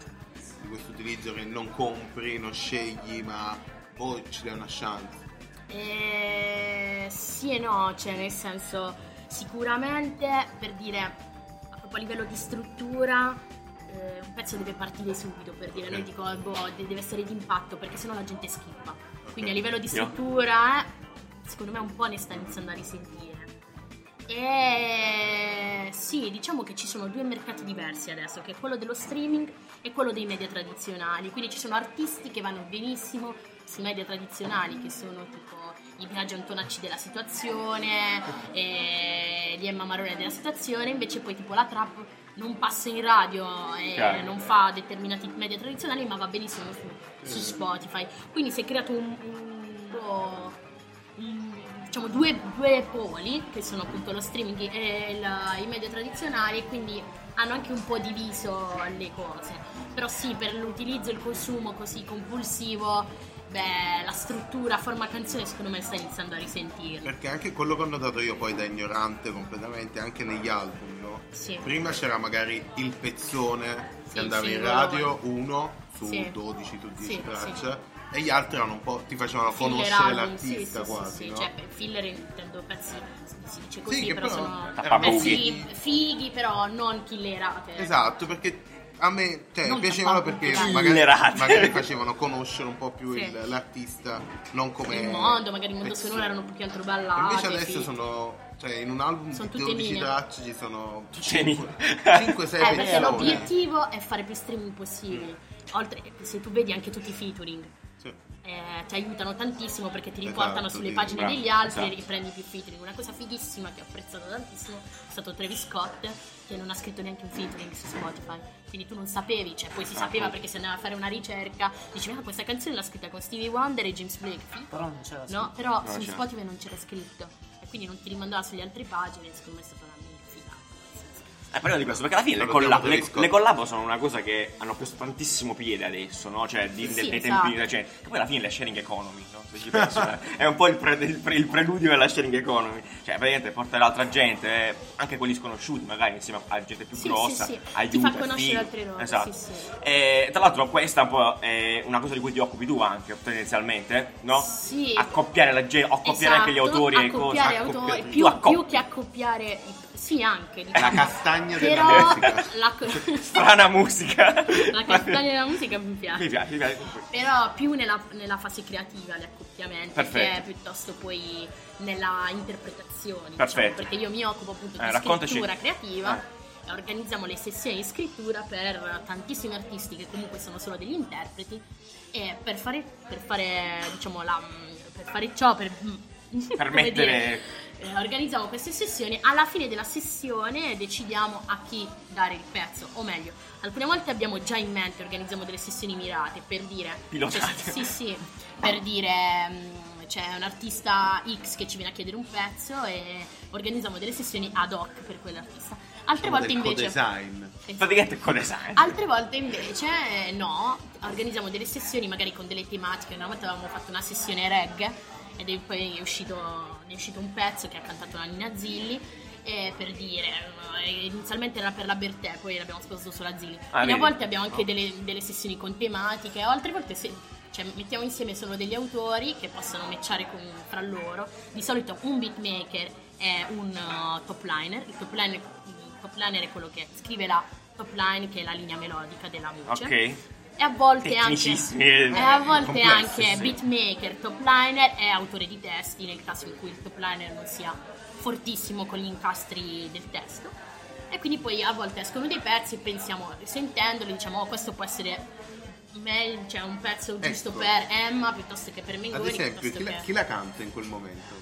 Speaker 4: di questo utilizzo che non compri, non scegli, ma poi ci dai una chance.
Speaker 5: Eh, sì e no, cioè nel senso sicuramente per dire proprio a livello di struttura eh, un pezzo deve partire subito per dire, non
Speaker 4: Ok.
Speaker 5: dico boh, de- deve essere d'impatto perché sennò la gente schippa. Quindi a
Speaker 4: Ok.
Speaker 5: livello di
Speaker 2: Yeah.
Speaker 5: struttura eh, secondo me un po' ne sta iniziando a risentire. E sì, diciamo che ci sono due mercati diversi adesso, che è quello dello streaming e quello dei media tradizionali. Quindi ci sono artisti che vanno benissimo sui media tradizionali, che sono tipo i Biagio Antonacci della situazione, e gli Emma Marone della situazione, invece poi tipo la trap non passa in radio e
Speaker 2: Chiaro.
Speaker 5: non fa determinati media tradizionali, ma va benissimo su, su Spotify. Quindi si è creato un, un po' un- diciamo due, due poli che sono appunto lo streaming e la- i media tradizionali e quindi hanno anche un po' diviso le cose però sì per l'utilizzo e il consumo così compulsivo beh la struttura forma canzone secondo me sta iniziando a risentirla
Speaker 4: Perché anche quello che ho notato io poi da ignorante completamente, anche negli album, no?
Speaker 5: sì
Speaker 4: Prima c'era magari il pezzone
Speaker 5: Sì,
Speaker 4: che andava in
Speaker 5: singolo.
Speaker 4: radio, uno su
Speaker 5: Sì.
Speaker 4: 12, su 10
Speaker 5: Sì,
Speaker 4: tracce, e gli altri erano un po', ti facevano
Speaker 5: Filler
Speaker 4: conoscere
Speaker 5: album, sì,
Speaker 4: l'artista
Speaker 5: sì, sì,
Speaker 4: quasi,
Speaker 5: sì,
Speaker 4: no?
Speaker 5: cioè beh, filler intendo pezzi si dice così
Speaker 4: che
Speaker 5: però,
Speaker 4: però Ah,
Speaker 5: sono
Speaker 2: erano
Speaker 5: beh,
Speaker 2: fighi.
Speaker 5: sì, fighi però non eh. killerate
Speaker 4: Esatto, perché a me cioè,
Speaker 5: Non
Speaker 4: piacevano
Speaker 5: tappavo
Speaker 4: perché
Speaker 5: tutti i
Speaker 2: Killerate.
Speaker 4: magari, magari facevano conoscere un po' più
Speaker 5: Sì.
Speaker 4: il- l'artista, non come...
Speaker 5: il mondo magari il mondo
Speaker 4: pezzone.
Speaker 5: sonoro erano più che altro Eh, ballate
Speaker 4: eh, Invece adesso
Speaker 5: sì.
Speaker 4: sono, cioè in un album
Speaker 5: Sono
Speaker 4: di
Speaker 5: tutte
Speaker 4: 12
Speaker 5: mine.
Speaker 4: tracce ci sono
Speaker 2: Tutte mine.
Speaker 4: 5-6
Speaker 5: Eh, perché
Speaker 3: vero.
Speaker 4: pezzoni.
Speaker 5: l'obiettivo è fare più streaming possibili.
Speaker 4: Mm.
Speaker 5: Oltre, se tu vedi anche tutti i featuring,
Speaker 4: Sì.
Speaker 5: eh, ti aiutano tantissimo perché ti riportano
Speaker 4: Esatto,
Speaker 5: sulle
Speaker 4: sì.
Speaker 5: pagine
Speaker 2: Bravo,
Speaker 5: degli altri
Speaker 2: esatto.
Speaker 5: e riprendi più featuring. Una cosa fighissima che ho apprezzato tantissimo è stato Travis Scott, che non ha scritto neanche un featuring su Spotify. Quindi tu non sapevi, cioè poi si
Speaker 2: Ah,
Speaker 5: sapeva
Speaker 2: sì.
Speaker 5: perché se andava a fare una ricerca, diceva "Ah, questa canzone l'ha scritta con Stevie Wonder e James Blake.
Speaker 3: Però non
Speaker 2: Ah,
Speaker 3: c'era
Speaker 5: No, però
Speaker 2: No,
Speaker 5: su
Speaker 2: c'era.
Speaker 5: Spotify non c'era scritto. E quindi non ti rimandava sulle altre pagine, secondo me è stata una mega figata. nel senso.
Speaker 2: Eh, parliamo di questo, perché alla fine le,
Speaker 4: Parliamo
Speaker 2: collab-
Speaker 4: di
Speaker 2: le-
Speaker 4: Scott.
Speaker 2: le collab sono una cosa che hanno preso tantissimo piede adesso, no? Cioè, di,
Speaker 5: Sì,
Speaker 2: del- dei
Speaker 5: esatto.
Speaker 2: tempi, cioè, che poi alla fine è la sharing economy, no? Se ci pensi, eh, è un po' il, pre- il pre- il preludio della sharing economy, cioè, praticamente portare l'altra gente, eh, anche quelli sconosciuti, magari insieme a gente più
Speaker 5: Sì,
Speaker 2: grossa,
Speaker 5: sì, sì.
Speaker 2: aiuta,
Speaker 5: Ti fa
Speaker 2: è
Speaker 5: conoscere
Speaker 2: figo.
Speaker 5: altre robe,
Speaker 2: Esatto.
Speaker 5: sì, sì.
Speaker 2: E, tra l'altro, questa un po' è una cosa di cui ti occupi tu anche, tendenzialmente, no?
Speaker 5: Sì.
Speaker 2: Accoppiare la gente, accoppiare anche gli
Speaker 5: Esatto,
Speaker 2: autori e cose.
Speaker 5: accoppiare
Speaker 2: accoppiare-
Speaker 5: autori,
Speaker 2: tu Eh,
Speaker 5: più,
Speaker 2: accoppi.
Speaker 5: più che accoppiare, i- sì anche,
Speaker 4: La
Speaker 5: diciamo.
Speaker 4: castagna della
Speaker 5: però
Speaker 4: musica.
Speaker 5: la,
Speaker 2: Cioè,
Speaker 5: co-
Speaker 2: Strana musica.
Speaker 5: Cioè, la castagna della musica mi
Speaker 2: Mi
Speaker 5: piace,
Speaker 2: piace, mi piace.
Speaker 5: però più nella, nella fase creativa gli accoppiamenti che
Speaker 2: Perfetto.
Speaker 5: piuttosto poi nella interpretazione, diciamo,
Speaker 2: Perfetto.
Speaker 5: perché io mi occupo appunto
Speaker 2: Eh,
Speaker 5: di
Speaker 2: raccontaci.
Speaker 5: scrittura creativa.
Speaker 2: Eh.
Speaker 5: e Organizziamo le sessioni di scrittura per tantissimi artisti che comunque sono solo degli interpreti e per fare, per fare, diciamo, la, per fare ciò, per,
Speaker 2: per
Speaker 5: come
Speaker 2: mettere
Speaker 5: dire, eh, organizziamo queste sessioni, alla fine della sessione decidiamo a chi dare il pezzo, o meglio, alcune volte abbiamo già in mente, organizziamo delle sessioni mirate per dire...
Speaker 2: Pilotate.
Speaker 5: Cioè, sì, sì, per dire... mm, C'è un artista X che ci viene a chiedere un pezzo e organizziamo delle sessioni ad hoc per quell'artista. Altre volte
Speaker 4: del
Speaker 5: invece...
Speaker 4: co-design.
Speaker 5: Esatto.
Speaker 2: praticamente con design
Speaker 5: Altre volte invece eh, no, organizziamo delle sessioni magari con delle tematiche, una volta avevamo fatto una sessione reggae ed è poi è uscito, ne è uscito un pezzo che ha cantato la Nina Zilli eh, per dire, eh, inizialmente era per la Bertè, poi l'abbiamo spostato sulla Zilli.
Speaker 2: Ah,
Speaker 5: Quindi a
Speaker 2: vedi?
Speaker 5: volte abbiamo anche
Speaker 2: No.
Speaker 5: delle, delle sessioni con tematiche, o altre volte se- cioè, mettiamo insieme solo degli autori che possono matchare con- fra loro, di solito un beatmaker è un eh, top liner. Il top liner, il top liner è quello che scrive la top line, che è la linea melodica della voce.
Speaker 2: Ok.
Speaker 5: E a volte anche,
Speaker 2: Tecnicissimi, eh,
Speaker 5: e a volte
Speaker 2: complessi,
Speaker 5: anche
Speaker 2: sì.
Speaker 5: beatmaker, top liner e autore di testi nel caso in cui il top liner non sia fortissimo con gli incastri del testo. E quindi poi a volte escono dei pezzi e pensiamo, sentendoli, diciamo, "Oh, questo può essere meglio, cioè un pezzo giusto
Speaker 4: Ecco.
Speaker 5: per Emma piuttosto che per
Speaker 4: Ad
Speaker 5: Mengoni,
Speaker 4: esempio,
Speaker 5: piuttosto
Speaker 4: chi la,
Speaker 5: che
Speaker 4: chi la canta in quel momento?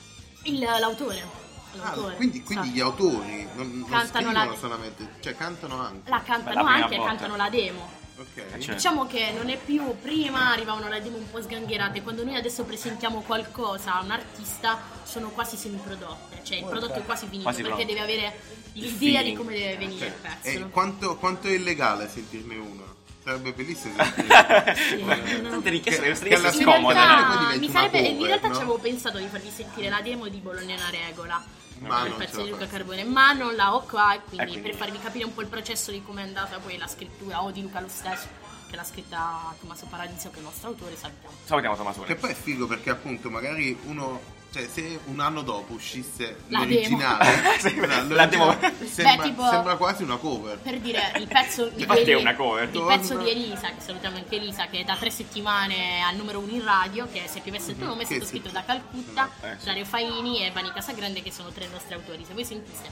Speaker 5: Il- l'autore.
Speaker 4: Ah,
Speaker 5: l'autore,
Speaker 4: quindi, quindi
Speaker 5: sa.
Speaker 4: gli autori non, non
Speaker 5: Cantano la-
Speaker 4: scrivono solamente, cioè cantano anche.
Speaker 5: la
Speaker 2: Beh, la
Speaker 5: cantano
Speaker 2: prima
Speaker 5: anche,
Speaker 2: volta.
Speaker 5: cantano la demo.
Speaker 4: Ok.
Speaker 2: Eh, cioè-
Speaker 5: Diciamo che non è più prima arrivavano le demo un po' sgangherate, quando noi adesso presentiamo qualcosa a un artista sono quasi semiprodotte, cioè il
Speaker 4: Oh,
Speaker 3: Guarda.
Speaker 5: prodotto è quasi finito
Speaker 2: Quasi
Speaker 5: perché
Speaker 2: pronto.
Speaker 5: deve avere l'idea
Speaker 2: feeling.
Speaker 5: di come deve venire
Speaker 4: Cioè,
Speaker 5: il pezzo.
Speaker 4: eh,
Speaker 5: no?
Speaker 4: quanto, quanto è illegale sentirne uno? Sarebbe bellissimo sentirne Cioè,
Speaker 5: Sì.
Speaker 2: Tante richieste,
Speaker 4: Che-
Speaker 2: queste
Speaker 4: che
Speaker 2: richieste
Speaker 4: alla
Speaker 5: in
Speaker 4: fine
Speaker 2: scomode.
Speaker 4: dai,
Speaker 5: realtà,
Speaker 4: poi diventa
Speaker 5: mi
Speaker 4: una
Speaker 5: sarebbe- in
Speaker 4: cover,
Speaker 5: realtà
Speaker 4: no?
Speaker 5: ci avevo pensato di farvi sentire la demo di Bologna è una regola
Speaker 4: ma
Speaker 5: il
Speaker 4: non
Speaker 5: pezzo
Speaker 4: ce
Speaker 5: di
Speaker 4: la
Speaker 5: Luca
Speaker 4: faccio. Ecco,
Speaker 5: Carbone, ma non la ho qua, e quindi,
Speaker 2: Eh, quindi-
Speaker 5: per farvi capire un po' il processo di come è andata poi la scrittura o di Luca lo stesso, che l'ha scritta Tommaso Paradiso, che è il nostro autore, salutiamo.
Speaker 2: Salutiamo Tommaso.
Speaker 4: Che poi è figo perché appunto magari uno, cioè se un anno dopo uscisse
Speaker 5: La
Speaker 4: l'originale,
Speaker 2: demo. Sì,
Speaker 4: allora,
Speaker 2: la demo.
Speaker 4: l'originale sembra,
Speaker 5: Beh, tipo-
Speaker 4: sembra quasi una cover.
Speaker 5: Per dire, il pezzo di,
Speaker 2: Infatti è
Speaker 5: Eli-
Speaker 2: una cover.
Speaker 5: il pezzo
Speaker 4: Torna.
Speaker 5: di Elisa, che salutiamo anche Elisa, che è da tre settimane al numero uno in radio, che è Se piovesse il tuo nome è
Speaker 4: Che
Speaker 5: stato
Speaker 4: sì.
Speaker 5: scritto da Calcutta,
Speaker 2: Mhm. Eh, sì.
Speaker 5: Dario Faini e Vani Casagrande, che sono tre nostri autori. Se voi sentite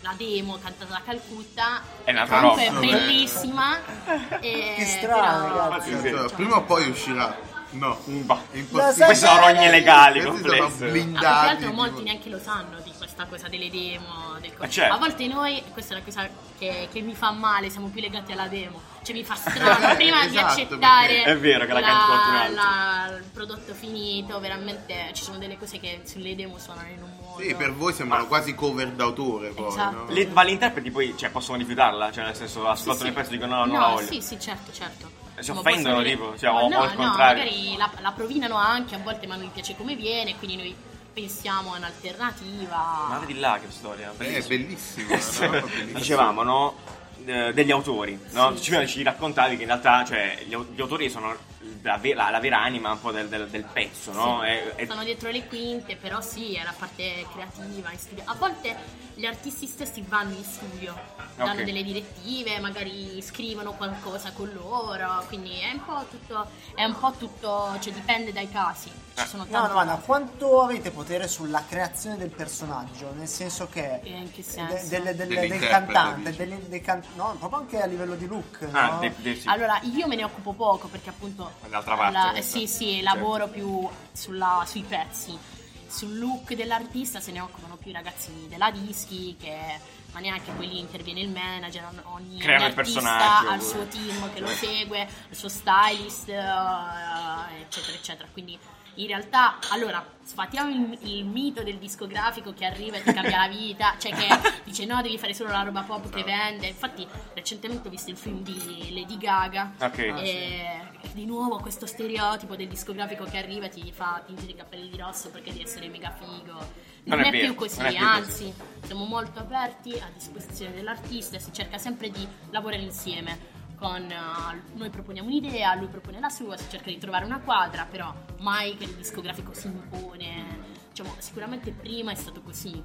Speaker 5: la demo cantata da Calcutta,
Speaker 2: È un'altra roba.
Speaker 5: comunque è
Speaker 4: Cazzo,
Speaker 5: bellissima. eh, e-
Speaker 3: Che strano,
Speaker 5: però-
Speaker 3: ragazzi.
Speaker 2: Sì, sì.
Speaker 4: Cioè, prima o poi uscirà. No,
Speaker 2: Bah.
Speaker 4: è
Speaker 3: Lo
Speaker 4: impossibile.
Speaker 2: Queste sono rogne legali,
Speaker 4: Questi sono
Speaker 2: complesse.
Speaker 5: Ah, più che
Speaker 4: blindati.
Speaker 5: altro
Speaker 4: tipo-
Speaker 5: molti neanche lo sanno di questa cosa delle demo. Del co-
Speaker 2: Eh, certo.
Speaker 5: A volte noi, questa è la cosa che, che mi fa male, siamo più legati alla demo. Cioè mi fa strano prima di
Speaker 4: Esatto,
Speaker 5: accettare
Speaker 2: perché è vero che la canti qualcun altro.
Speaker 5: la- il prodotto finito, veramente ci sono delle cose che sulle demo suonano in un modo.
Speaker 4: Sì, per voi sembrano
Speaker 2: Ah.
Speaker 4: quasi cover d'autore poi,
Speaker 5: Esatto.
Speaker 4: no?
Speaker 2: Le- ma gli interpreti poi cioè, possono rifiutarla, cioè nel senso ascoltano
Speaker 5: sì.
Speaker 2: il pezzo e dicono no, non la
Speaker 5: no,
Speaker 2: voglio.
Speaker 5: sì, sì, certo, certo.
Speaker 2: E si
Speaker 5: Ma
Speaker 2: offendono,
Speaker 5: possono dire-
Speaker 2: tipo, cioè,
Speaker 5: Ma
Speaker 2: o- o
Speaker 5: no,
Speaker 2: al
Speaker 5: no,
Speaker 2: contrario.
Speaker 5: magari la, la provinano anche, a volte ma non gli piace come viene, quindi noi pensiamo a un'alternativa.
Speaker 2: Ma vedi là che storia.
Speaker 4: Eh, è
Speaker 2: bellissima.
Speaker 4: bellissimo, no? Bellissimo.
Speaker 2: Dicevamo, no? Eh, Degli autori, no?
Speaker 5: Sì,
Speaker 2: ci, ci raccontavi che in realtà cioè, gli, au- gli autori sono la, ve- la- la vera anima un po' del, del- del pezzo, no?
Speaker 5: Sì,
Speaker 2: E- e-
Speaker 5: sono dietro le quinte, però sì, è la parte creativa in studio. A volte gli artisti stessi vanno in studio, danno
Speaker 2: Ah, Ok.
Speaker 5: delle direttive, magari scrivono qualcosa con loro, quindi è un po' tutto, è un po' tutto cioè dipende dai casi.
Speaker 2: Ah.
Speaker 5: Ci sono
Speaker 3: No,
Speaker 5: tanti
Speaker 3: domanda, quanto avete potere sulla creazione del personaggio? Nel senso che...
Speaker 5: Eh, in
Speaker 3: de-
Speaker 5: che senso?
Speaker 3: delle- delle- del
Speaker 4: Dell'interprete,
Speaker 3: cantante,
Speaker 4: dici.
Speaker 3: delle- dei can- no, proprio anche a livello di look.
Speaker 2: ah,
Speaker 3: no?
Speaker 2: de- de- sì.
Speaker 5: Allora, io me ne occupo poco perché appunto
Speaker 2: L'altra parte,
Speaker 5: la-
Speaker 2: questa.
Speaker 5: sì, sì,
Speaker 2: Certo.
Speaker 5: lavoro più sulla- sui pezzi. Sul look dell'artista se ne occupano più i ragazzini della dischi che ma neanche poi lì interviene il manager, on- ogni, ogni
Speaker 2: Creano il
Speaker 5: artista
Speaker 2: personaggio,
Speaker 5: ha il
Speaker 2: pure.
Speaker 5: suo team che lo segue, il suo stylist, eh, eccetera, eccetera. Quindi in realtà, allora, sfatiamo il, il mito del discografico che arriva e ti cambia la vita, cioè che dice no, devi fare solo la roba pop che vende. Infatti, recentemente ho visto il film di Lady Gaga.
Speaker 2: Ok.
Speaker 5: e di nuovo questo stereotipo del discografico che arriva e ti fa tingere i capelli di rosso perché devi essere mega figo. Non,
Speaker 2: Non
Speaker 5: è,
Speaker 2: è vero,
Speaker 5: più così,
Speaker 2: non è più così.
Speaker 5: anzi, siamo molto aperti a disposizione dell'artista e si cerca sempre di lavorare insieme. Con, eh, noi proponiamo un'idea, lui propone la sua, si cerca di trovare una quadra, però mai che il discografico si impone. Diciamo, sicuramente prima è stato così.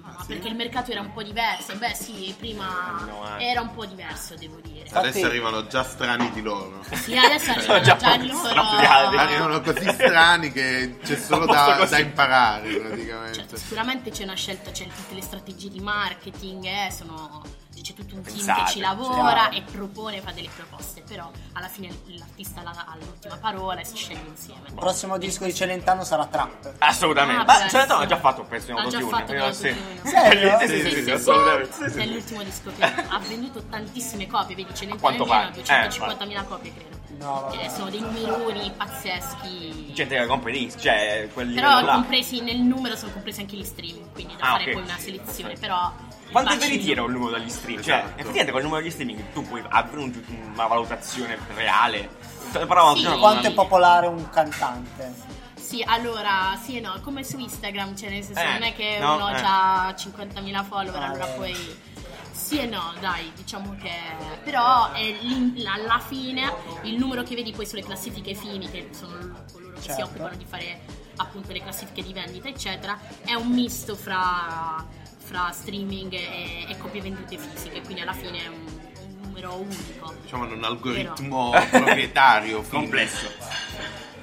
Speaker 5: ma
Speaker 4: sì?
Speaker 5: Perché il mercato era un po' diverso, beh sì, prima
Speaker 2: Anni 90.
Speaker 5: era un po' diverso, devo dire.
Speaker 4: Adesso
Speaker 3: Infatti-
Speaker 4: arrivano già strani di loro.
Speaker 5: Sì, adesso
Speaker 2: Sono
Speaker 5: arrivano
Speaker 2: già
Speaker 5: già il loro-
Speaker 2: strappati.
Speaker 4: Arrivano così strani che c'è solo
Speaker 2: posso
Speaker 4: da,
Speaker 2: così.
Speaker 4: da imparare
Speaker 5: Cioè,
Speaker 4: praticamente.
Speaker 5: sicuramente c'è una scelta, c'è tutte le strategie di marketing, eh, sono- c'è tutto un team
Speaker 2: Pensate,
Speaker 5: che ci lavora
Speaker 3: chiaro.
Speaker 5: e propone, fa delle proposte, però alla fine l'artista la- ha l'ultima parola e si sceglie insieme.
Speaker 3: Il prossimo disco di Celentano sarà Trap.
Speaker 2: Assolutamente.
Speaker 5: Ah,
Speaker 2: Ma
Speaker 5: beh,
Speaker 2: cioè, no,
Speaker 5: sì.
Speaker 2: ha già fatto un pezzo in
Speaker 5: Ha già
Speaker 2: autotune.
Speaker 5: fatto con
Speaker 2: eh, sì.
Speaker 5: l'autotune.
Speaker 3: Serio?
Speaker 2: Sì, sì, sì, sì,
Speaker 5: Sì, sì,
Speaker 2: assolutamente.
Speaker 5: sì.
Speaker 2: Sì, sì,
Speaker 5: È
Speaker 2: sì.
Speaker 5: l'ultimo disco che ha venduto tantissime copie, vedi, ce ne
Speaker 2: Quanto Eh,
Speaker 5: erano
Speaker 2: pare?
Speaker 5: 250.000 copie, credo.
Speaker 3: No, vabbè.
Speaker 5: Eh, sono dei numeroni pazzeschi.
Speaker 2: Gente che compra i dischi, cioè quelli
Speaker 5: però
Speaker 2: là.
Speaker 5: compresi nel numero sono compresi anche gli streaming, quindi da
Speaker 2: Ah,
Speaker 5: fare
Speaker 2: ok.
Speaker 5: poi una selezione, però
Speaker 2: Quanto
Speaker 5: facile.
Speaker 2: te li tira un numero dagli streaming? Cioè,
Speaker 4: Esatto.
Speaker 2: effettivamente col numero degli streaming tu puoi avere un- una valutazione reale. Però
Speaker 5: Sì.
Speaker 3: Quanto
Speaker 5: Sì.
Speaker 3: è popolare un cantante?
Speaker 5: Sì, allora, sì e no, come su Instagram, cioè nel senso
Speaker 2: Eh,
Speaker 5: non è che
Speaker 2: no,
Speaker 5: uno
Speaker 2: eh.
Speaker 5: ha 50.000 follower, allora
Speaker 3: Eh.
Speaker 5: poi... Sì e no, dai, diciamo che... Però è l'in- alla fine il numero che vedi poi sulle classifiche fini, che sono coloro che si
Speaker 3: Certo.
Speaker 5: occupano di fare appunto le classifiche di vendita, eccetera, è un misto fra, fra streaming e, e copie vendute fisiche, quindi alla fine è un, un numero unico.
Speaker 4: Diciamo hanno un algoritmo proprietario fine.
Speaker 2: Complesso.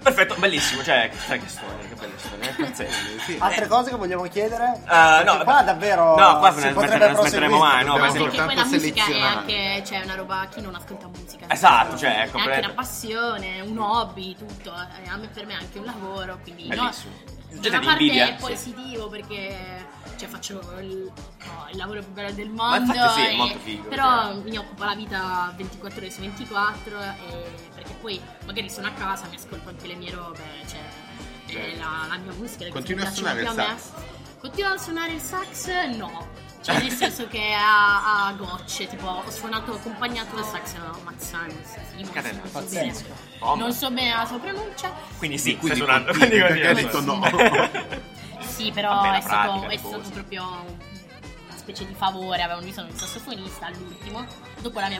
Speaker 2: Perfetto, bellissimo, cioè, sai che storia, che bella storia, è pazzesco.
Speaker 4: Eh, sì.
Speaker 3: Altre cose che vogliamo chiedere?
Speaker 2: Eh, no,
Speaker 3: Perché qua davvero
Speaker 2: no, qua
Speaker 3: si
Speaker 2: non
Speaker 3: potrebbe
Speaker 2: smettere- non smetteremo
Speaker 3: proseguire.
Speaker 2: mai, no, per esempio.
Speaker 4: Dobbiamo
Speaker 5: Anche perché poi la
Speaker 4: importante
Speaker 5: musica è
Speaker 4: selezionare.
Speaker 5: anche, cioè, una roba, chi non ascolta musica?
Speaker 2: Esatto, cioè, ecco,
Speaker 5: È anche
Speaker 2: per-
Speaker 5: una passione, un hobby, tutto, eh, a me- per me è anche un lavoro, quindi no,
Speaker 2: Bellissimo.
Speaker 5: da
Speaker 2: Gente
Speaker 5: una
Speaker 2: di
Speaker 5: parte
Speaker 2: invidia,
Speaker 5: è
Speaker 2: sì.
Speaker 5: positivo perché cioè, faccio il, no, il lavoro più bello del
Speaker 2: Ma
Speaker 5: mondo,
Speaker 2: infatti sì, è
Speaker 5: e-
Speaker 2: molto figo,
Speaker 5: però mi occupa la vita 24 ore su 24 e- perché poi magari sono a casa, mi ascolto anche le mie robe, cioè,
Speaker 4: Certo.
Speaker 5: e la, la mia musica, le cose
Speaker 4: Continui
Speaker 5: che
Speaker 4: a
Speaker 5: piacciono
Speaker 4: suonare
Speaker 5: più
Speaker 4: il
Speaker 5: a me.
Speaker 4: sax?
Speaker 5: Continua a suonare il sax? No. Cioè, nel senso che a, a gocce, tipo, ho suonato accompagnato dal sax a Max Simons. Simons,
Speaker 2: Catena.
Speaker 5: non so
Speaker 3: Pazzesco.
Speaker 5: bene.
Speaker 2: Bomba.
Speaker 5: Non so bene la sua pronuncia.
Speaker 2: Quindi sì,
Speaker 4: Quindi
Speaker 2: stai suonando.
Speaker 4: continui,
Speaker 2: Quindi
Speaker 4: perché
Speaker 2: continui.
Speaker 4: ha detto
Speaker 5: Sì, però
Speaker 2: Vabbè, la
Speaker 5: è, stato,
Speaker 2: pratica,
Speaker 5: è
Speaker 2: le
Speaker 5: stato
Speaker 2: cose.
Speaker 5: proprio una specie di favore. Avevano bisogno di un sassofonista all'ultimo, dopo la mia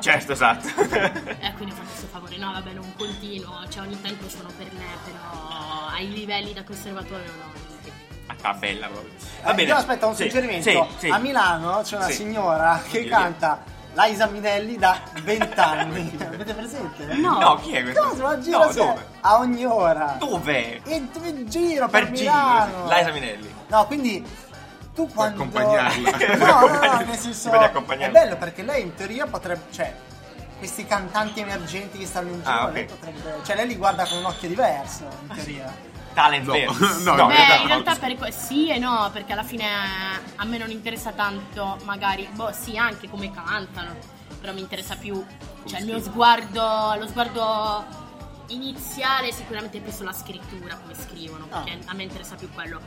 Speaker 2: Certo, esatto.
Speaker 5: E quindi ho fatto questo favore. No, vabbè, non continuo. Cioè, ogni tanto suono per me, però ai livelli da conservatorio no.
Speaker 2: Ah, sta bella proprio.
Speaker 3: Eh, Io aspetta un
Speaker 2: Sì,
Speaker 3: suggerimento.
Speaker 2: sì, sì.
Speaker 3: A Milano c'è una
Speaker 2: Sì.
Speaker 3: signora che
Speaker 2: Oddio.
Speaker 3: canta Liza Minelli da 20 anni. Avete presente?
Speaker 5: No.
Speaker 2: No, chi è questo?
Speaker 3: Cosa? Ma gira
Speaker 2: No,
Speaker 3: se-
Speaker 2: dove?
Speaker 3: a ogni ora.
Speaker 2: Dove?
Speaker 3: In, in giro per,
Speaker 2: Per
Speaker 3: Milano.
Speaker 2: Gino, Liza Minelli.
Speaker 3: No, quindi tu quando
Speaker 4: accompagnarla.
Speaker 3: No, no, no, nel
Speaker 2: Ti
Speaker 3: senso
Speaker 2: vedi
Speaker 3: è
Speaker 2: accompagnarla.
Speaker 3: bello perché lei in teoria potrebbe, cioè questi cantanti emergenti che stanno in giro,
Speaker 2: Ah, ok. Ah,
Speaker 3: lei potrebbe, cioè lei li guarda con un occhio diverso in teoria.
Speaker 2: Talent
Speaker 4: No,
Speaker 2: vero.
Speaker 4: no,
Speaker 2: No,
Speaker 5: Beh,
Speaker 4: realtà
Speaker 5: in
Speaker 4: no.
Speaker 5: realtà per que- sì e no, perché alla fine eh, a me non interessa tanto, magari, boh, sì, anche come cantano, però mi interessa più, cioè il mio sguardo, lo sguardo iniziale sicuramente è più sulla scrittura, come scrivono,
Speaker 3: Ah.
Speaker 5: perché a me interessa più quello.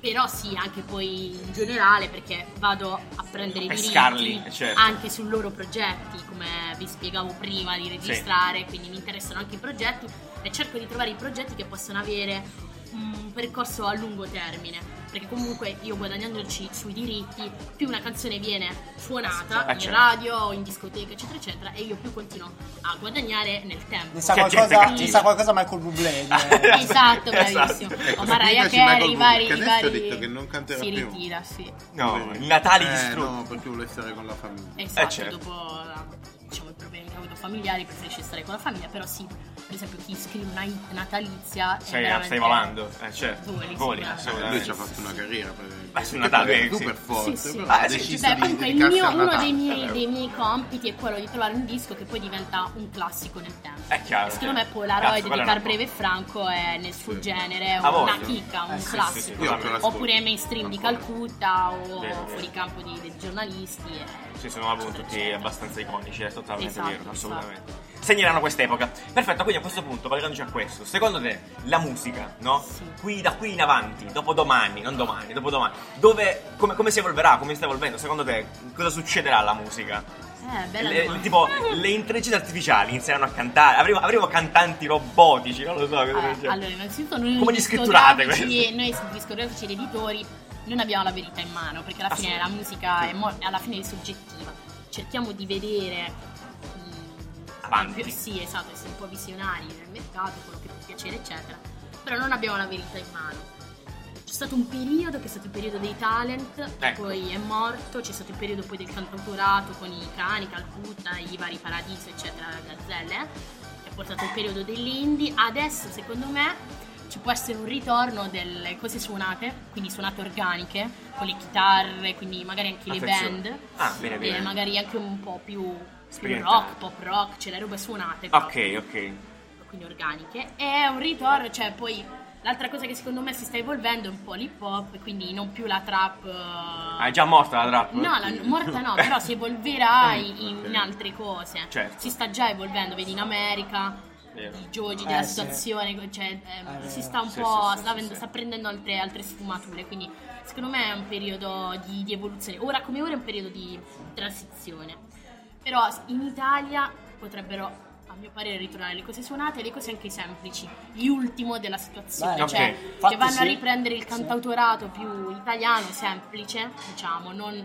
Speaker 5: Però sì, anche poi in generale, perché vado a prendere i
Speaker 2: Pescarli,
Speaker 5: diritti
Speaker 2: certo.
Speaker 5: anche sui loro progetti, come vi spiegavo prima di registrare, quindi mi interessano anche i progetti e cerco di trovare i progetti che possono avere un percorso a lungo termine, perché comunque io guadagnandoci sui diritti, più una canzone viene suonata
Speaker 2: Ah,
Speaker 5: in
Speaker 2: certo.
Speaker 5: radio, o in discoteca, eccetera, eccetera, e io più continuo a guadagnare nel tempo.
Speaker 3: Ne sa,
Speaker 2: Che gente
Speaker 3: qualcosa,
Speaker 2: cattiva.
Speaker 3: ne sa qualcosa Michael Bublé. eh.
Speaker 2: Esatto.
Speaker 5: Esatto, bravissimo.
Speaker 4: Ecco,
Speaker 5: O
Speaker 4: se prima ci Michael
Speaker 5: Mariah Carey, i
Speaker 4: Bublé, che
Speaker 5: vari... i
Speaker 4: adesso ha
Speaker 5: vari-
Speaker 4: detto che non canterà
Speaker 5: Si
Speaker 4: più.
Speaker 5: ritira, sì.
Speaker 2: No, il Natale
Speaker 4: eh,
Speaker 2: distrutto.
Speaker 4: No, perché vuole stare con la famiglia.
Speaker 5: Esatto,
Speaker 2: Eh, certo.
Speaker 5: dopo diciamo, i problemi che ha avuto familiari preferisce stare con la famiglia, però sì, per esempio chi scrive una hit natalizia è
Speaker 2: Stai,
Speaker 5: veramente-
Speaker 2: stai volando, eh, certo.
Speaker 5: Voli, sicuramente.
Speaker 4: Eh, lui ci
Speaker 2: assolutamente.
Speaker 4: ha fatto una carriera praticamente.
Speaker 2: Ma su Natale,
Speaker 4: Perché è
Speaker 2: Ah, sì.
Speaker 4: super forte,
Speaker 5: Sì, sì.
Speaker 4: però
Speaker 2: Ah,
Speaker 4: ha
Speaker 2: sì, sì,
Speaker 4: deciso
Speaker 5: Beh,
Speaker 4: di
Speaker 5: comunque il
Speaker 4: dedicarsi
Speaker 5: mio-
Speaker 4: al
Speaker 5: uno
Speaker 4: Natale.
Speaker 5: dei miei,
Speaker 2: eh.
Speaker 5: dei miei compiti è quello di trovare un disco che poi diventa un classico nel tempo.
Speaker 2: È chiaro.
Speaker 5: Secondo
Speaker 2: cioè.
Speaker 5: me Polaroid
Speaker 2: Cazzo,
Speaker 5: di
Speaker 2: quella è una
Speaker 5: Carbreve e Franco è nel suo
Speaker 4: Sì.
Speaker 5: genere
Speaker 2: A
Speaker 5: una
Speaker 2: voglia.
Speaker 5: chicca, un
Speaker 3: Eh, sì, sì,
Speaker 5: classico.
Speaker 2: sì,
Speaker 4: Io ancora ascolto.
Speaker 5: Oppure mainstream di
Speaker 4: Ancora.
Speaker 5: Calcutta o
Speaker 2: Vero, vero.
Speaker 5: fuori campo di- dei giornalisti. eh. e-
Speaker 2: Ci sono appunto tutti abbastanza iconici, eh, è totalmente
Speaker 5: Esatto,
Speaker 2: vero, assolutamente. Segneranno quest'epoca. Perfetto, quindi a questo punto, collegandoci a questo, secondo te la musica, no?
Speaker 5: Sì.
Speaker 2: Qui, da qui in avanti, dopo domani, non domani, dopo domani, dove, come, come si evolverà, come si sta evolvendo? Secondo te cosa succederà alla musica?
Speaker 5: Eh, bella Eh,
Speaker 2: Le-
Speaker 5: domanda.
Speaker 2: tipo, le intelligenze artificiali inizieranno a cantare, avremo, avremo cantanti robotici, non lo so. cosa del
Speaker 5: Eh,
Speaker 2: genere.
Speaker 5: allora, innanzitutto noi
Speaker 2: Come li scritturate questi?
Speaker 5: discografici, noi discografici ed editori non abbiamo la verità in mano, perché
Speaker 2: Ah,
Speaker 5: alla fine la musica è, mo- alla fine è soggettiva. Cerchiamo di vedere mh,
Speaker 2: Avanti.
Speaker 5: più- sì, esatto, essere un po' visionari nel mercato, quello che può piacere, eccetera. Però non abbiamo la verità in mano. C'è stato un periodo che è stato il periodo dei talent,
Speaker 2: Ecco.
Speaker 5: poi è morto, c'è stato il periodo poi del cantautorato con i cani, Calcutta, i vari paradiso, eccetera, gazzelle, che ha portato il periodo dell'indie. Adesso, secondo me, ci può essere un ritorno delle cose suonate, quindi suonate organiche, con le chitarre, quindi magari anche le
Speaker 2: Attenzione.
Speaker 5: band,
Speaker 2: Ah, bene,
Speaker 5: e
Speaker 2: bene.
Speaker 5: magari anche un po' più, più
Speaker 2: Sperimentale.
Speaker 5: rock, pop rock, cioè le robe suonate.
Speaker 2: Ok, ok.
Speaker 5: quindi organiche. E è un ritorno, cioè poi l'altra cosa che secondo me si sta evolvendo è un po' l'hip hop, quindi non più la trap. eh,
Speaker 2: Ah, è già morta la trap?
Speaker 5: No, la, morta no, però si evolverà in, in altre cose.
Speaker 2: Certo.
Speaker 5: Si sta già evolvendo, vedi in America
Speaker 2: Vero.
Speaker 5: i giochi
Speaker 3: Eh,
Speaker 5: della
Speaker 3: sì.
Speaker 5: situazione, cioè, ehm,
Speaker 3: Eh,
Speaker 5: si sta un
Speaker 2: sì,
Speaker 5: po'
Speaker 2: sì, sì,
Speaker 5: sta,
Speaker 2: sì,
Speaker 5: avendo-
Speaker 2: sì.
Speaker 5: sta prendendo altre, altre sfumature, quindi secondo me è un periodo di, di evoluzione. Ora come ora è un periodo di transizione. Però in Italia potrebbero a mio parere ritornare le cose suonate e le cose anche semplici, gli ultimo della situazione,
Speaker 3: Bello.
Speaker 5: cioè
Speaker 2: Ok.
Speaker 5: che
Speaker 3: Infatti
Speaker 5: vanno a
Speaker 3: sì.
Speaker 5: riprendere il
Speaker 3: Sì.
Speaker 5: cantautorato più italiano, semplice, diciamo, non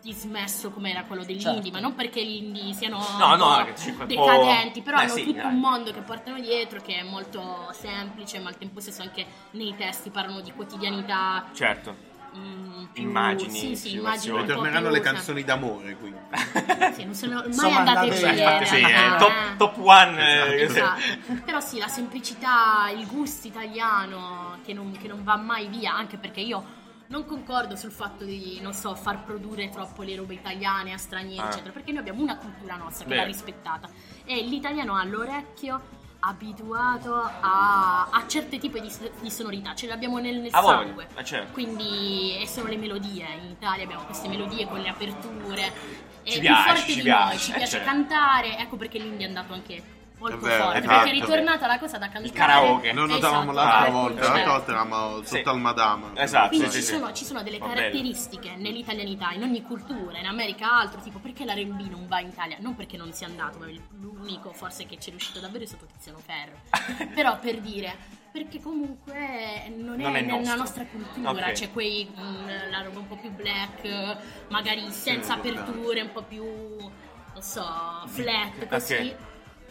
Speaker 5: dismesso come era quello degli
Speaker 3: Certo.
Speaker 5: indie, ma non perché gli indie siano
Speaker 2: No, no,
Speaker 5: un po'
Speaker 2: che ci- un po'-
Speaker 5: decadenti, però
Speaker 2: Eh,
Speaker 5: hanno
Speaker 2: sì,
Speaker 5: tutto
Speaker 2: dai.
Speaker 5: un mondo che portano dietro che è molto semplice, ma al tempo stesso anche nei testi parlano di quotidianità.
Speaker 2: Certo.
Speaker 5: mm, più-
Speaker 2: Immagini,
Speaker 5: sì, sì, immagini
Speaker 2: situazioni.
Speaker 5: un po'
Speaker 4: Ritorneranno
Speaker 5: più
Speaker 4: le
Speaker 5: sem-
Speaker 4: canzoni d'amore, quindi.
Speaker 2: Eh,
Speaker 5: Sì, non sono mai
Speaker 3: Insomma,
Speaker 5: andate
Speaker 3: andate-
Speaker 2: Cioè,
Speaker 5: via.
Speaker 2: infatti sì,
Speaker 5: Ah.
Speaker 2: è top, top one. eh,
Speaker 5: Esatto. Però sì, la semplicità, il gusto italiano che non, che non va mai via, anche perché io non concordo sul fatto di, non so, far produrre troppo le robe italiane a stranieri,
Speaker 2: Ah.
Speaker 5: eccetera, perché noi abbiamo una cultura nostra che
Speaker 2: Vero.
Speaker 5: va rispettata e l'italiano ha l'orecchio abituato a, a certi tipi di, di sonorità, ce l'abbiamo nel, nel
Speaker 2: A
Speaker 5: Esatto. sangue.
Speaker 2: Ah, voi, ma certo.
Speaker 5: Quindi, e sono le melodie, in Italia abbiamo queste melodie con le aperture. E
Speaker 2: Ci
Speaker 5: più
Speaker 2: piace,
Speaker 5: forte
Speaker 2: ci
Speaker 5: di
Speaker 2: piace,
Speaker 5: noi, ci
Speaker 2: eh,
Speaker 5: piace
Speaker 2: certo.
Speaker 5: cantare, ecco perché l'India è andato anche molto
Speaker 4: È vero,
Speaker 5: forte,
Speaker 4: esatto.
Speaker 5: perché è ritornata la cosa da cantare.
Speaker 2: karaoke.
Speaker 4: Non
Speaker 5: Esatto, Certo.
Speaker 4: notavamo l'altra
Speaker 5: la
Speaker 4: volta,
Speaker 5: cultura.
Speaker 4: l'altra volta eravamo
Speaker 2: Ah, esatto. Sì.
Speaker 4: sotto al Madama. Cioè,
Speaker 2: Esatto,
Speaker 5: Quindi
Speaker 2: sì,
Speaker 5: ci,
Speaker 2: sì, sì.
Speaker 5: sono, ci sono delle
Speaker 2: Fa bene.
Speaker 5: caratteristiche nell'italianità, in ogni cultura, in America altro, tipo perché l'R&B non va in Italia? Non perché non sia andato, ma l'unico forse che ci è riuscito davvero è stato Tiziano Ferro. Però per dire, perché comunque non è,
Speaker 2: Non è
Speaker 5: nella
Speaker 2: nostro.
Speaker 5: nostra cultura,
Speaker 2: Ok.
Speaker 5: c'è quei, mm, la roba un po' più black, magari senza
Speaker 4: importante.
Speaker 5: aperture, un po' più, non so, flat,
Speaker 2: Ok.
Speaker 5: così.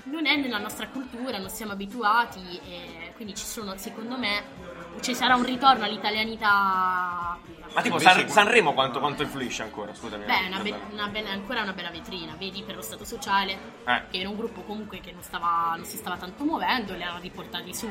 Speaker 5: Non è nella nostra cultura, non siamo abituati e quindi ci sono, secondo me, ci sarà un ritorno all'italianità. pura.
Speaker 2: Ma tipo
Speaker 4: Invece
Speaker 2: San-
Speaker 4: quando-
Speaker 2: Sanremo quanto, quanto influisce ancora, scusami. eh,
Speaker 5: Beh, è una be-
Speaker 2: Vabbè.
Speaker 5: una bella- ancora una bella vetrina, vedi, per lo stato sociale,
Speaker 2: Eh.
Speaker 5: che era un gruppo comunque che non, stava, non si stava tanto muovendo, li ha riportati su.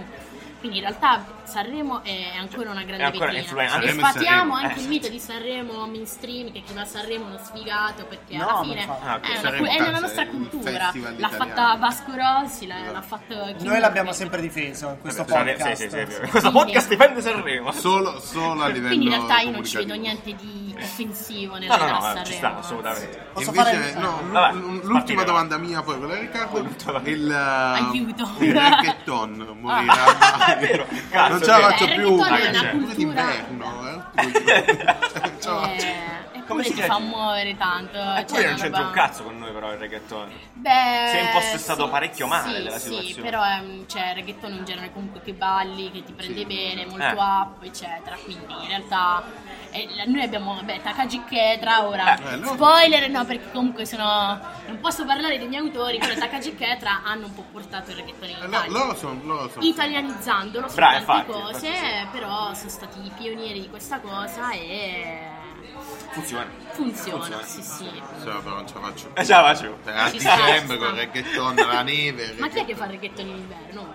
Speaker 5: Quindi in realtà Sanremo è ancora una grande
Speaker 2: è ancora
Speaker 5: vetrina.
Speaker 2: influenza.
Speaker 5: E
Speaker 4: Sanremo è
Speaker 5: sfatiamo
Speaker 4: Sanremo,
Speaker 5: anche
Speaker 2: eh.
Speaker 5: il mito di Sanremo mainstream, che chi va a Sanremo è uno sfigato, perché
Speaker 3: No,
Speaker 5: alla
Speaker 3: ma
Speaker 5: fine
Speaker 3: infatti.
Speaker 2: Ah, ok.
Speaker 5: è, una-
Speaker 4: Sanremo,
Speaker 5: è
Speaker 4: cazzo,
Speaker 5: nella
Speaker 4: è
Speaker 5: nostra
Speaker 4: un
Speaker 5: cultura.
Speaker 4: festival
Speaker 5: L'ha
Speaker 4: italiano.
Speaker 5: fatta Vasco Rossi, l'ha,
Speaker 4: Esatto.
Speaker 5: l'ha fatta chi-
Speaker 3: Noi l'abbiamo sempre difeso in questo
Speaker 2: Vabbè,
Speaker 3: podcast.
Speaker 2: Sì, sì, sì, sì. Questo podcast difende Sanremo.
Speaker 4: Solo, solo a livello
Speaker 5: Quindi in realtà io non ci vedo
Speaker 4: comunicativo.
Speaker 5: niente di offensivo
Speaker 2: No,
Speaker 5: nella
Speaker 2: no,
Speaker 5: gara a
Speaker 2: no,
Speaker 5: Sanremo. eh. Cioè,
Speaker 2: ci sta,
Speaker 5: anzi.
Speaker 2: assolutamente.
Speaker 3: Posso
Speaker 4: Invece,
Speaker 3: fare-
Speaker 4: no,
Speaker 2: Vabbè,
Speaker 4: l- l-
Speaker 2: spartire,
Speaker 4: l'ultima domanda mia, poi quella Riccardo.
Speaker 2: L'ultima.
Speaker 4: Il, eh,
Speaker 5: Aiuto.
Speaker 4: il reggaeton morirà.
Speaker 2: Ah, è vero, cazzo,
Speaker 4: non
Speaker 2: è
Speaker 4: ce
Speaker 2: vero.
Speaker 4: la faccio
Speaker 5: Beh, il
Speaker 4: più.
Speaker 5: reggaeton
Speaker 2: è una
Speaker 4: Cioè,
Speaker 5: cultura-
Speaker 4: d'inverno, eh. Ce la faccio.
Speaker 5: Eh,
Speaker 2: Come
Speaker 5: eppure
Speaker 2: si
Speaker 5: ti
Speaker 2: chiama?
Speaker 5: fa muovere tanto.
Speaker 2: Eppure
Speaker 5: cioè,
Speaker 2: non
Speaker 5: una
Speaker 2: c'entra
Speaker 5: roba-
Speaker 2: un cazzo con noi però il reggaeton.
Speaker 5: Beh,
Speaker 2: Si è impossessato
Speaker 5: sì,
Speaker 2: parecchio male
Speaker 5: sì,
Speaker 2: della
Speaker 5: sì,
Speaker 2: situazione.
Speaker 5: però ehm, cioè, il reggaeton è un genere comunque che balli, che ti prende
Speaker 4: Sì.
Speaker 5: bene, molto
Speaker 2: Eh.
Speaker 5: up, eccetera. Quindi in realtà eh, la- noi abbiamo, vabbè, Takagi Ketra ora.
Speaker 4: Eh, no.
Speaker 5: Spoiler, no, perché comunque sono... Non posso parlare dei miei autori, però Takagi Ketra hanno un po' portato il reggaeton in
Speaker 4: Eh,
Speaker 5: Italia.
Speaker 4: lo- Loro sono, loro sono.
Speaker 5: italianizzandolo su
Speaker 2: Brava,
Speaker 5: tante
Speaker 2: infatti,
Speaker 5: cose,
Speaker 2: infatti
Speaker 5: però sono stati i pionieri di questa cosa e...
Speaker 2: Funziona.
Speaker 5: Funziona,
Speaker 2: Funziona.
Speaker 5: sì, sì.
Speaker 4: Se no, però non ce la faccio.
Speaker 2: E ce la faccio.
Speaker 4: Cioè, a
Speaker 5: Ci sta,
Speaker 4: dicembre
Speaker 5: ci sta.
Speaker 4: con il reggaeton, la neve. il
Speaker 5: Ma chi è che
Speaker 4: reggaeton.
Speaker 5: fa il reggaeton in inverno?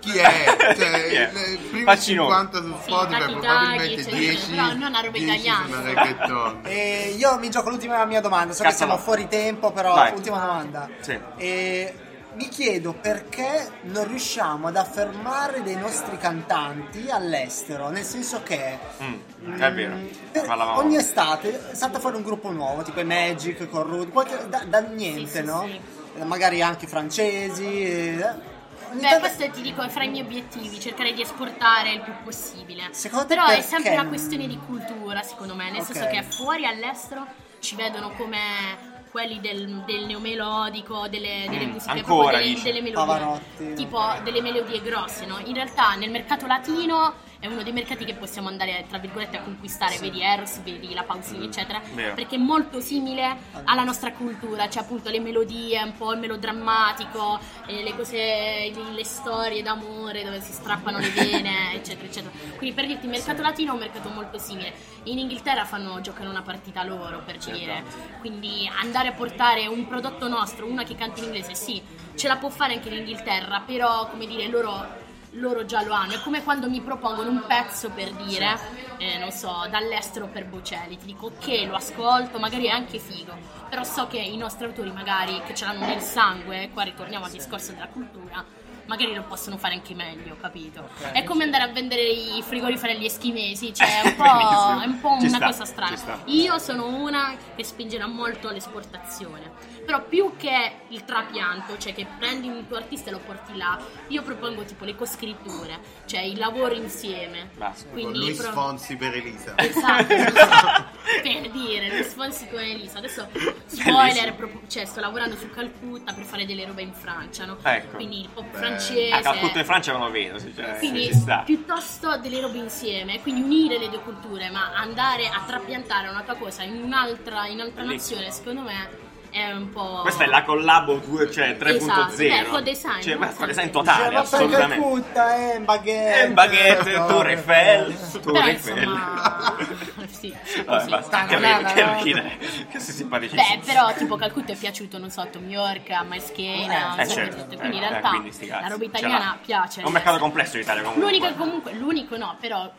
Speaker 4: Chi è?
Speaker 2: Chi è?
Speaker 4: Cioè, le prime
Speaker 2: Facci noi.
Speaker 4: 50 su Spotify,
Speaker 5: Taki Taki,
Speaker 4: probabilmente
Speaker 5: eccetera,
Speaker 4: 10.
Speaker 5: però non una roba
Speaker 4: 10 sono
Speaker 5: italiana.
Speaker 4: reggaeton.
Speaker 3: Ah, E io mi gioco l'ultima mia domanda, so
Speaker 2: Cazzo
Speaker 3: che siamo
Speaker 2: no.
Speaker 3: fuori tempo, però
Speaker 2: Vai.
Speaker 3: ultima domanda.
Speaker 2: Sì.
Speaker 3: E mi chiedo perché non riusciamo ad affermare dei nostri cantanti all'estero, nel senso che
Speaker 2: Mm, è vero.
Speaker 3: mm, per-
Speaker 2: Parlavamo.
Speaker 3: ogni estate salta fuori un gruppo nuovo, tipo i Magic, con Rude, qualche- da, dal niente,
Speaker 5: Sì, sì,
Speaker 3: no?
Speaker 5: sì.
Speaker 3: Eh, Magari anche francesi. eh. Ogni
Speaker 5: Beh,
Speaker 3: tanto-
Speaker 5: questo ti dico è fra i miei obiettivi, cercare di esportare il più possibile.
Speaker 3: Secondo te
Speaker 5: Però è
Speaker 3: perché
Speaker 5: sempre una
Speaker 3: non-
Speaker 5: questione di cultura, secondo me, nel
Speaker 3: Ok.
Speaker 5: senso che fuori all'estero ci vedono come quelli del, del neomelodico, delle, delle
Speaker 2: Mm,
Speaker 5: musiche
Speaker 2: ancora,
Speaker 5: proprio delle,
Speaker 2: dici?
Speaker 5: delle melodie.
Speaker 3: Pavarotti.
Speaker 5: Tipo delle melodie grosse, no? In realtà nel mercato latino è uno dei mercati che possiamo andare, tra virgolette, a conquistare, vedi Eros, vedi la Pausini, eccetera,
Speaker 2: Vero.
Speaker 5: perché è molto simile alla nostra cultura, cioè appunto le melodie, un po' il melodrammatico, eh, le cose, le, le storie d'amore dove si strappano le vene, eccetera, eccetera. Quindi per dirti, il mercato latino è un mercato molto simile. In Inghilterra fanno, giocano una partita loro, per dire. Quindi andare a portare un prodotto nostro, una che canta in inglese, sì, ce la può fare anche in Inghilterra, però come dire, loro loro già lo hanno. È come quando mi propongono un pezzo per dire, eh, non so, dall'estero per Bocelli. Ti dico ok, lo ascolto, magari è anche figo. Però so che i nostri autori, magari che ce l'hanno nel sangue, qua ritorniamo al discorso della cultura, magari lo possono fare anche meglio, capito? è come andare a vendere i frigoriferi agli eschimesi, cioè è un
Speaker 2: Benissimo.
Speaker 5: po', è un po'
Speaker 2: Ci
Speaker 5: una
Speaker 2: sta,
Speaker 5: cosa
Speaker 2: ci
Speaker 5: strana.
Speaker 2: sta.
Speaker 5: Io sono una che spingerà molto all'esportazione, però più che il trapianto, cioè che prendi un tuo artista e lo porti là, io propongo tipo le coscritture, cioè il lavoro insieme.
Speaker 2: Basta.
Speaker 4: Con
Speaker 5: Quindi
Speaker 4: Luis
Speaker 5: pro-
Speaker 4: Fonsi per Elisa.
Speaker 5: Esatto, per dire, Luis Fonsi Santone Elisa. Adesso, spoiler, pro- cioè, sto lavorando su Calcutta per fare delle robe in Francia, no?
Speaker 2: Ecco.
Speaker 5: Quindi il pop
Speaker 4: Beh,
Speaker 5: francese.
Speaker 2: A Calcutta in Eh, Francia non lo vedo, sinceramente.
Speaker 5: Quindi
Speaker 2: Eh, cioè, Ci sta.
Speaker 5: piuttosto delle robe insieme, quindi unire le due culture, ma andare a trapiantare una tua cosa in un'altra, in un'altra
Speaker 2: Bellissimo.
Speaker 5: nazione, secondo me è un po'.
Speaker 2: Questa è la collabo 2, cioè 3.0.
Speaker 5: Esatto. Beh, co-design,
Speaker 2: Cioè, ma
Speaker 5: no?
Speaker 2: co-design
Speaker 3: Cioè,
Speaker 2: totale,
Speaker 3: ma fai
Speaker 2: assolutamente.
Speaker 3: Calcutta, eh, baguette.
Speaker 2: E baguette,
Speaker 3: No,
Speaker 2: Torre Eiffel,
Speaker 5: Però
Speaker 2: Torre Eiffel.
Speaker 5: insomma. sì, sì,
Speaker 2: Vabbè,
Speaker 5: sì.
Speaker 2: basta, anche a me, che ridere. Che sei simpaticissimo.
Speaker 5: Beh, però tipo Calcutta è piaciuto, non so, a Tom York, a
Speaker 3: Eh,
Speaker 5: Maeschena, un sacco di
Speaker 2: certo,
Speaker 5: gente. cioè, quindi
Speaker 2: eh,
Speaker 5: in realtà
Speaker 2: eh, quindi sti cazzi,
Speaker 5: la roba
Speaker 2: ce l'ha.
Speaker 5: italiana piace.
Speaker 2: È un mercato complesso l'Italia comunque.
Speaker 5: L'unica comunque, l'unico no, però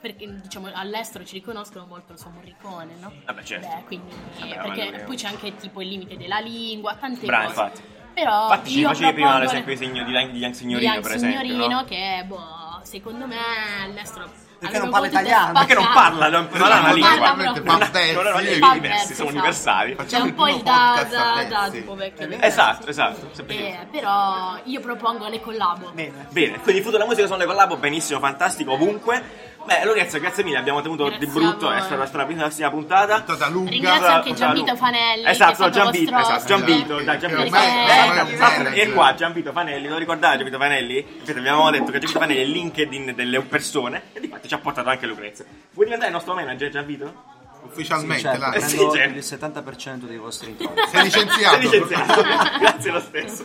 Speaker 5: perché diciamo all'estero ci riconoscono molto il suo morricone, no?
Speaker 2: Vabbè, certo.
Speaker 5: Beh, quindi
Speaker 2: Vabbè,
Speaker 5: perché
Speaker 2: quello che-
Speaker 5: poi c'è anche tipo il limite della lingua, tante
Speaker 2: Bravo,
Speaker 5: cose.
Speaker 2: infatti.
Speaker 5: Però
Speaker 2: Infatti ci
Speaker 5: io
Speaker 2: facevi prima
Speaker 5: propongo-
Speaker 2: l'esempio di, segno, di, Lang- di Young
Speaker 5: di
Speaker 2: Signorino,
Speaker 5: Young
Speaker 2: per esempio,
Speaker 5: Signorino
Speaker 2: no?
Speaker 5: che boh, secondo me all'estero
Speaker 3: Perché
Speaker 5: avrebbero
Speaker 3: non parla
Speaker 5: potuto
Speaker 3: italiano?
Speaker 2: Perché non
Speaker 5: spaccare.
Speaker 2: parla, non non ha una
Speaker 5: parla
Speaker 2: lingua.
Speaker 5: proprio.
Speaker 2: Non ha- non ha una lingua
Speaker 5: Fa
Speaker 2: diversi, sono
Speaker 5: esatto.
Speaker 2: universali.
Speaker 5: C'è
Speaker 4: Facciamo
Speaker 5: un
Speaker 4: il
Speaker 5: po'
Speaker 4: primo
Speaker 5: il da,
Speaker 4: podcast a
Speaker 5: da, da
Speaker 4: pezzi.
Speaker 5: tipo vecchio.
Speaker 3: Eh,
Speaker 5: vecchio.
Speaker 2: Esatto, esatto, semplicissimo.
Speaker 5: Eh, però io propongo le collabo.
Speaker 3: Bene.
Speaker 2: Bene, quindi Food della Musica sono le collabo, benissimo, fantastico, ovunque. Beh, Lorenzo, grazie mille, abbiamo tenuto di
Speaker 5: Grazie
Speaker 2: brutto,
Speaker 5: a voi.
Speaker 2: è stata la nostra prossima puntata.
Speaker 4: È stata lunga.
Speaker 5: Ringrazio anche Gianvito Fanelli, che
Speaker 2: Esatto,
Speaker 5: è stato
Speaker 2: Gianvito,
Speaker 5: vostro
Speaker 2: esatto, Gianvito,
Speaker 4: ospite.
Speaker 2: dai, Gianvito.
Speaker 5: Ormai-
Speaker 2: Eh,
Speaker 5: ormai è
Speaker 2: eh,
Speaker 4: un
Speaker 2: ma-
Speaker 4: manager.
Speaker 2: E qua Gianvito Fanelli, lo ricordate Gianvito Fanelli? Infatti abbiamo detto che Gianvito Fanelli è il LinkedIn delle persone e di fatto ci ha portato anche Lucrezia. Vuoi diventare il nostro manager Gianvito?
Speaker 6: Sì,
Speaker 4: Ufficialmente,
Speaker 6: certo,
Speaker 4: là.
Speaker 6: prendo
Speaker 2: Eh, sì, certo.
Speaker 6: il 70% dei vostri incontri.
Speaker 4: Sei
Speaker 2: Sei
Speaker 4: licenziato.
Speaker 2: licenziato. Grazie lo stesso.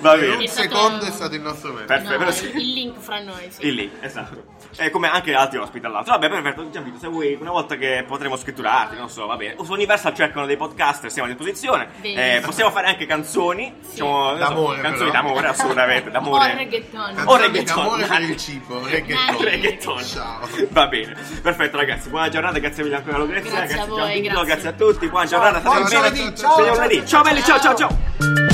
Speaker 2: Va bene.
Speaker 4: Un secondo è stato il nostro manager.
Speaker 5: No,
Speaker 2: Perfetto, però sì.
Speaker 5: il, il link fra noi, sì.
Speaker 2: Il lì, esatto. E come anche altri ospiti all'altro. Vabbè, perfetto, Gianvito, se vuoi, una volta che potremo scritturarti, non so, va bene. Su Universal cercano dei podcaster, siamo a disposizione.
Speaker 5: Benissimo.
Speaker 2: Eh, possiamo fare anche canzoni, diciamo, non so,
Speaker 4: D'amore,
Speaker 2: canzoni
Speaker 4: però.
Speaker 2: d'amore, assolutamente,
Speaker 5: O
Speaker 2: d'amore.
Speaker 5: reggaeton.
Speaker 2: O
Speaker 4: Canzone
Speaker 2: reggaeton.
Speaker 4: d'amore per il cibo, reggaeton.
Speaker 5: Dai.
Speaker 2: Reggaeton.
Speaker 4: Ciao.
Speaker 2: Va bene. Perfetto, ragazzi. Buona giornata, grazie mille ancora Lucrezia,
Speaker 5: Grazie a voi,
Speaker 2: Gianvito,
Speaker 5: grazie.
Speaker 2: grazie a tutti. Buona giornata, state
Speaker 3: Buon
Speaker 2: bene.
Speaker 3: giovedì,
Speaker 2: Ci vediamo
Speaker 3: ciao.
Speaker 2: lunedì. Ciao belli, ciao ciao ciao.